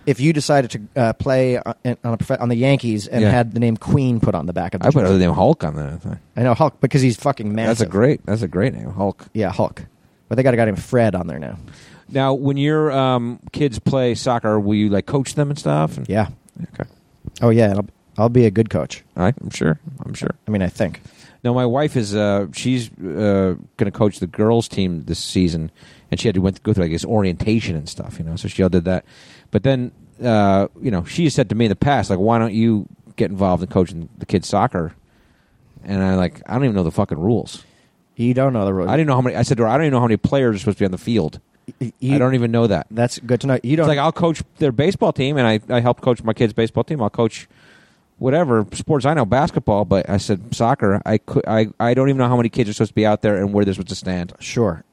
if you decided to uh, play on, on, a, prof- on the Yankees and Yeah. had the name Queen put on the back of the I put jersey. the name Hulk on that. thing. I know Hulk because he's fucking massive. That's a great. That's a great name, Hulk. yeah Hulk, but they got a guy named Fred on there now. Now, when your um, kids play soccer, will you like coach them and stuff? And, Yeah. Okay. Oh yeah, and I'll, I'll be a good coach. All right. I'm sure. I'm sure. I mean, I think. No, my wife is uh, she's uh, going to coach the girls' team this season, and she had to went go through like this orientation and stuff, you know. So she all did that, but then uh, you know she said to me in the past, like, why don't you get involved in coaching the kids' soccer? And I like I don't even know the fucking rules. You don't know the rules. I didn't know how many. I said to her, I don't even know how many players are supposed to be on the field. You, I don't even know that. That's good to know. You It's don't. like I'll coach their baseball team, and I I help coach my kids' baseball team. I'll coach whatever sports I know, basketball. But I said soccer. I could I I don't even know how many kids are supposed to be out there and where they're supposed to stand. sure.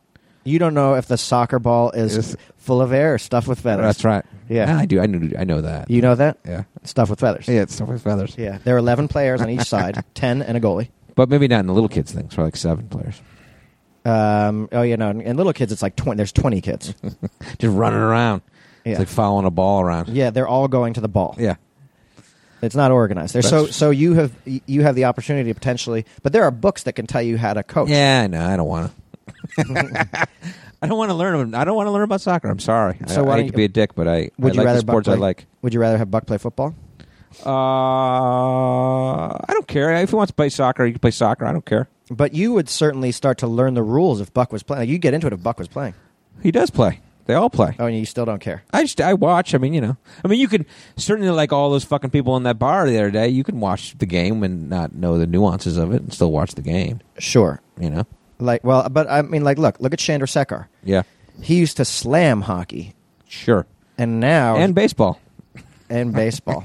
You don't know if the soccer ball is It's- full of air or stuffed with feathers. That's right. Yeah. I do. I know. I know that. You know that? yeah. Stuff with feathers. Yeah, it's with feathers. Yeah. There are 11 players on each side, 10 and a goalie. But maybe not in the little kids' things. Probably like seven players Um, oh, you know, and, and little kids, it's like 20. There's 20 kids. just running around. Yeah. It's like following a ball around. yeah, they're all going to the ball. Yeah. It's not organized. There's so, That's- so you have you have the opportunity to potentially, but there are books that can tell you how to coach. Yeah. No, I don't want to. I don't want to learn. I don't want to learn about soccer. I'm sorry. So I, why I don't hate to you- be a dick, but I, Would I you like rather the sports Buck I play- like. Would you rather have Buck play football? Uh, I don't care. If he wants to play soccer, he can play soccer. I don't care. But you would certainly start to learn the rules if Buck was playing. You'd get into it if Buck was playing. He does play. They all play. Oh, and you still don't care. I just I watch. I mean, you know. I mean, you could certainly like all those fucking people in that bar the other day. You can watch the game and not know the nuances of it and still watch the game. Sure. You know. Like, well, but I mean, like, look, look at Shander Sekar. Yeah. He used to slam hockey, Sure. and now And baseball. and baseball,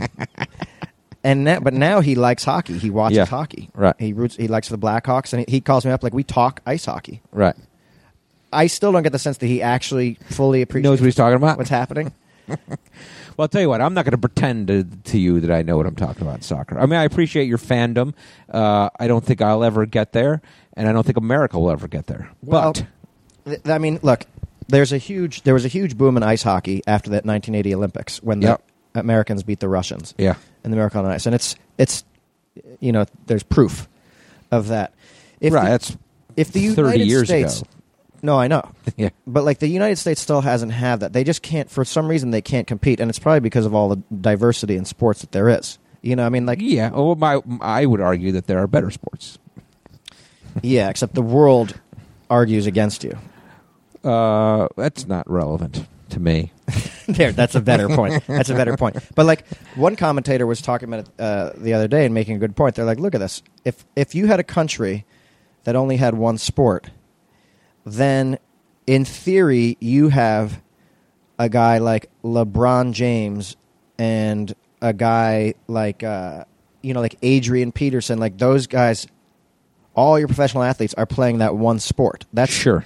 and now, but now he likes hockey. He watches Yeah. hockey. Right. He roots. He likes the Blackhawks, and he, he calls me up like we talk ice hockey. Right. I still don't get the sense that he actually fully appreciates Knows what he's talking about. what's happening. Well, I'll tell you what. I'm not going to pretend to, to you that I know what I'm talking about in soccer. I mean, I appreciate your fandom. Uh, I don't think I'll ever get there, and I don't think America will ever get there. Well, but th- I mean, look, there's a huge there was a huge boom in ice hockey after that 1980 Olympics when the Yep. Americans beat the Russians. Yeah. in the Miracle on Ice, and it's it's you know there's proof of that. If right, the- that's if the 30 United years States, ago. No, I know. Yeah. But like the United States still hasn't had that. They just can't for some reason they can't compete and it's probably because of all the diversity in sports that there is. You know, I mean like Yeah, well, my I would argue that there are better sports. yeah, except the world argues against you. Uh, that's not relevant to me. there that's a better point that's a better point but like one commentator was talking about it uh, the other day and making a good point they're like look at this if if you had a country that only had one sport then in theory, you have a guy like LeBron James and a guy like uh, you know like Adrian Peterson, like those guys. All your professional athletes are playing that one sport. That's Sure.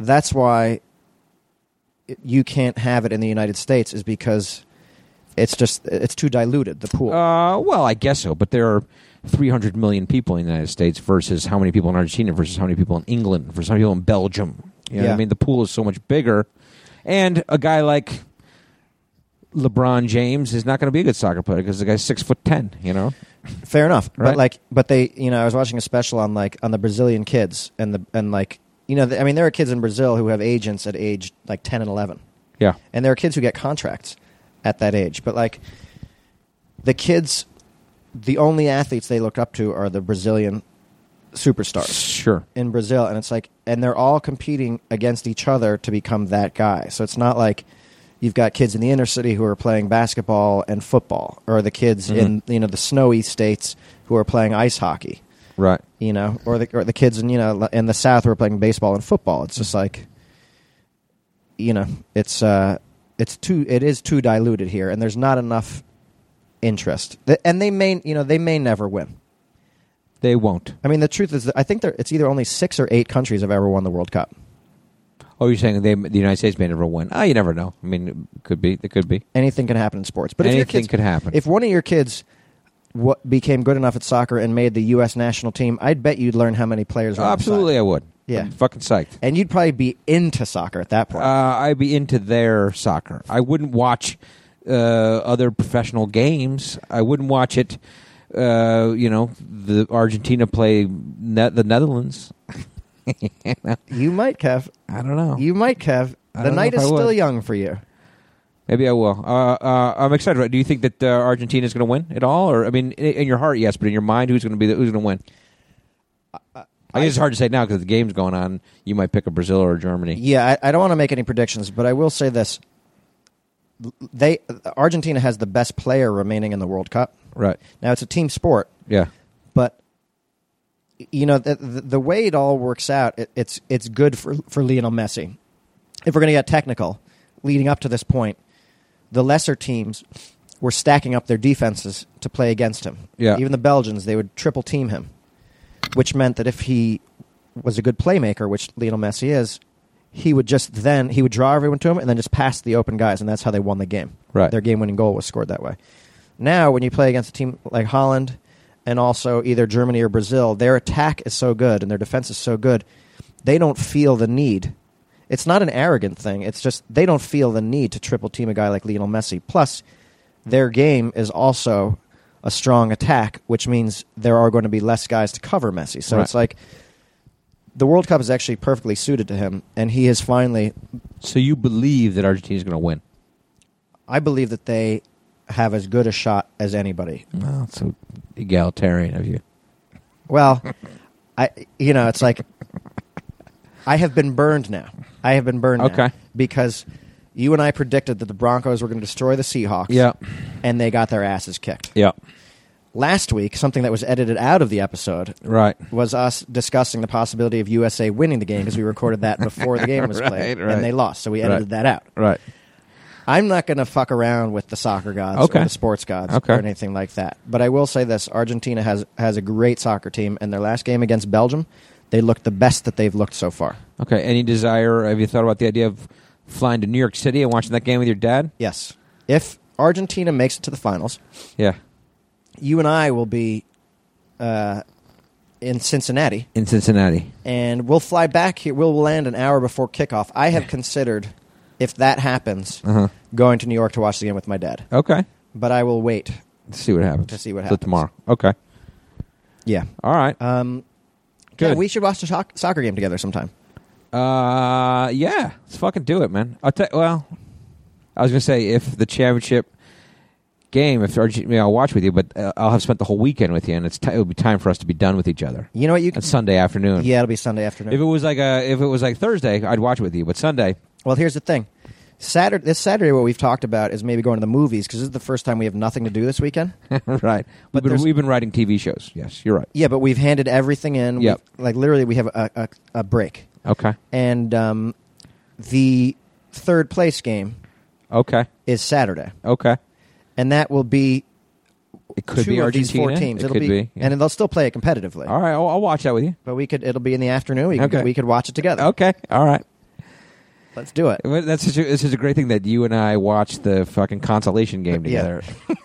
That's why it- you can't have it in the United States is because it's just it's too diluted. The pool. Uh, well, I guess so, but there are 300 million people in the United States versus how many people in Argentina versus how many people in England versus how many people in Belgium. You know what Yeah. I mean? The pool is so much bigger. And a guy like LeBron James is not going to be a good soccer player because the guy's six foot ten, you know? Fair enough, Right? but like, but they, you know, I was watching a special on like on the Brazilian kids and the and like, you know, the, I mean, there are kids in Brazil who have agents at age like ten and eleven, Yeah. and there are kids who get contracts at that age. But like, the kids, the only athletes they look up to are the Brazilian superstars Sure. in Brazil, and it's like, and they're all competing against each other to become that guy. So it's not like you've got kids in the inner city who are playing basketball and football, or the kids in you know the snowy states who are playing ice hockey, Right. you know, or the or the kids in you know in the south who are playing baseball and football. It's just like, you know, it's uh, it's too it is too diluted here, and there's not enough interest, Th- and they may you know they may never win. They won't. I mean, the truth is, that I think there, it's either only six or eight countries have ever won the World Cup, Oh, you're saying they, the United States may never win? Ah, you never know. I mean, it could be. It could be. anything can happen in sports. But if your Anything kids, could happen. If one of your kids what became good enough at soccer and made the U.S. national team, I'd bet you'd learn how many players. Were on the Oh, Absolutely, side. I would. Yeah. I'm fucking psyched. and you'd probably be into soccer at that point. Uh, I'd be into their soccer. I wouldn't watch uh, other professional games. I wouldn't watch it. Uh, you know, the Argentina play ne- the Netherlands. you might, Kev. I don't know. You might, Kev. I The don't know night if is I still would. young for you. Maybe I will. Uh, uh, I'm excited. Do you think that uh, Argentina is going to win at all? Or I mean, in, in your heart, yes, but in your mind, who's going to be the, who's going to win? I guess it's hard to say now because the game's going on. You might pick a Brazil or a Germany. Yeah, I, I don't want to make any predictions, but I will say this: they Argentina has the best player remaining in the World Cup. Right. Now it's a team sport, Yeah. but you know the, the, the way it all works out it, it's it's good for for Lionel Messi if we're going to get technical leading up to this point the lesser teams were stacking up their defenses to play against him Yeah. even the Belgians they would triple team him which meant that if he was a good playmaker which Lionel Messi is he would just then he would draw everyone to him and then just pass the open guys and that's how they won the game Right. their game winning goal was scored that way now when you play against a team like Holland and also either Germany or Brazil, their attack is so good and their defense is so good, they don't feel the need. It's not an arrogant thing. It's just they don't feel the need to triple team a guy like Lionel Messi. Plus, their game is also a strong attack, which means there are going to be less guys to cover Messi. So Right. it's like the World Cup is actually perfectly suited to him, and he is finally. So you believe that Argentina's going to win? I believe that they have as good a shot as anybody Well, it's so egalitarian of you. Well, I you know, it's like I have been burned now. I have been burned now Okay. because you and I predicted that the Broncos were going to destroy the Seahawks. Yeah. And they got their asses kicked. Yeah. Last week, something that was edited out of the episode Right. was us discussing the possibility of USA winning the game because we recorded that before the game was Right, played right. and they lost, so we edited Right. that out. Right. I'm not going to fuck around with the soccer gods Okay. or the sports gods Okay. or anything like that. But I will say this: Argentina has has a great soccer team, and their last game against Belgium, they looked the best that they've looked so far. Okay. Any desire? Have you thought about the idea of flying to New York City and watching that game with your dad? Yes, if Argentina makes it to the finals, Yeah. you and I will be uh, in Cincinnati, In Cincinnati. and we'll fly back here. We'll land an hour before kickoff. I have considered, if that happens, Uh-huh. going to New York to watch the game with my dad. Okay. But I will wait. Let's see what happens. To see what Till happens. tomorrow. Okay. Yeah. All right. Um, Good. yeah, we should watch the soc- soccer game together sometime. Uh, yeah. Let's fucking do it, man. I'll tell. Well, I was gonna say if the championship game, if Argentina, I'll watch with you, but uh, I'll have spent the whole weekend with you, and it's ti it'll be time for us to be done with each other. You know what? You can. It's Sunday afternoon. Yeah, it'll be Sunday afternoon. If it was like a, if it was like Thursday, I'd watch it with you. But Sunday, well, here's the thing. Saturday, this Saturday, what we've talked about is maybe going to the movies because this is the first time we have nothing to do this weekend. right? We've been, there's- we've been writing TV shows. Yes, you're right. yeah, but we've handed everything in. Yep. We've- Like literally, we have a, a, a break, Okay. and um, the third place game Okay. is Saturday, Okay. and that will be It could two be of Argentina. these four teams. It will could be. yeah. and they'll still play it competitively. All right. I'll, I'll watch that with you. But we could it'll be in the afternoon. We could, Okay. we could watch it together. Okay. All right. Let's do it. Well, That's such a, it's such a great thing that you and I watched the fucking consolation game Yeah. together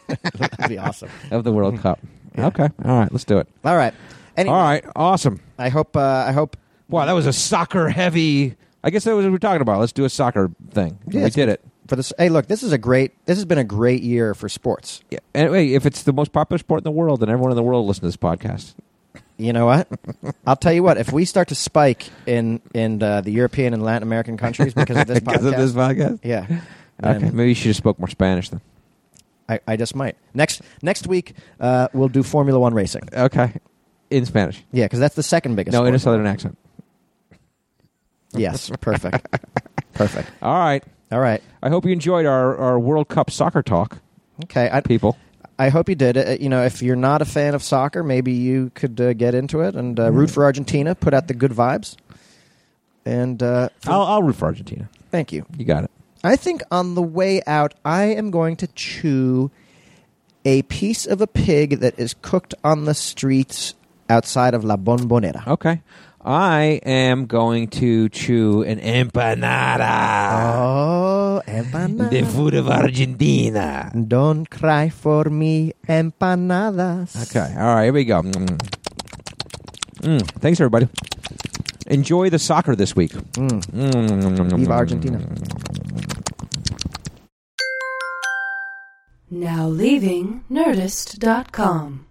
That'd be awesome. of the World Cup. Yeah. Okay. All right. Let's do it. All right. Anyway, All right. Awesome. I hope. Uh, I hope. Wow. That was a soccer heavy. I guess that was what we were talking about. Let's do a soccer thing. Yeah, we it's did it. For this, hey, look, this is a great. This has been a great year for sports. Yeah. Anyway, if it's the most popular sport in the world, then everyone in the world listens to this podcast. You know what? I'll tell you what. If we start to spike in in uh, the European and Latin American countries because of this because podcast, of this podcast. yeah, Okay. then Maybe you should have spoke more Spanish then. I, I just might next next week uh, we'll do Formula One racing. Okay. In Spanish. Yeah, because that's the second biggest. no, in a sport. southern accent. yes, perfect, perfect. All right. All right, I hope you enjoyed our, our World Cup soccer talk, okay. I, people. I hope you did. Uh, you know, if you're not a fan of soccer, maybe you could uh, get into it and uh, Mm. root for Argentina. Put out the good vibes. And uh, for- I'll, I'll root for Argentina. thank you. You got it. I think on the way out, I am going to chew a piece of a pig that is cooked on the streets outside of La Bombonera. Okay. I am going to chew an empanada. Oh, The empanada. food of Argentina. Don't cry for me, empanadas. Okay. All right. Here we go. Mm. Mm. Thanks, everybody. Enjoy the soccer this week. Mm. Mm. Viva Argentina. Now leaving Nerdist.com.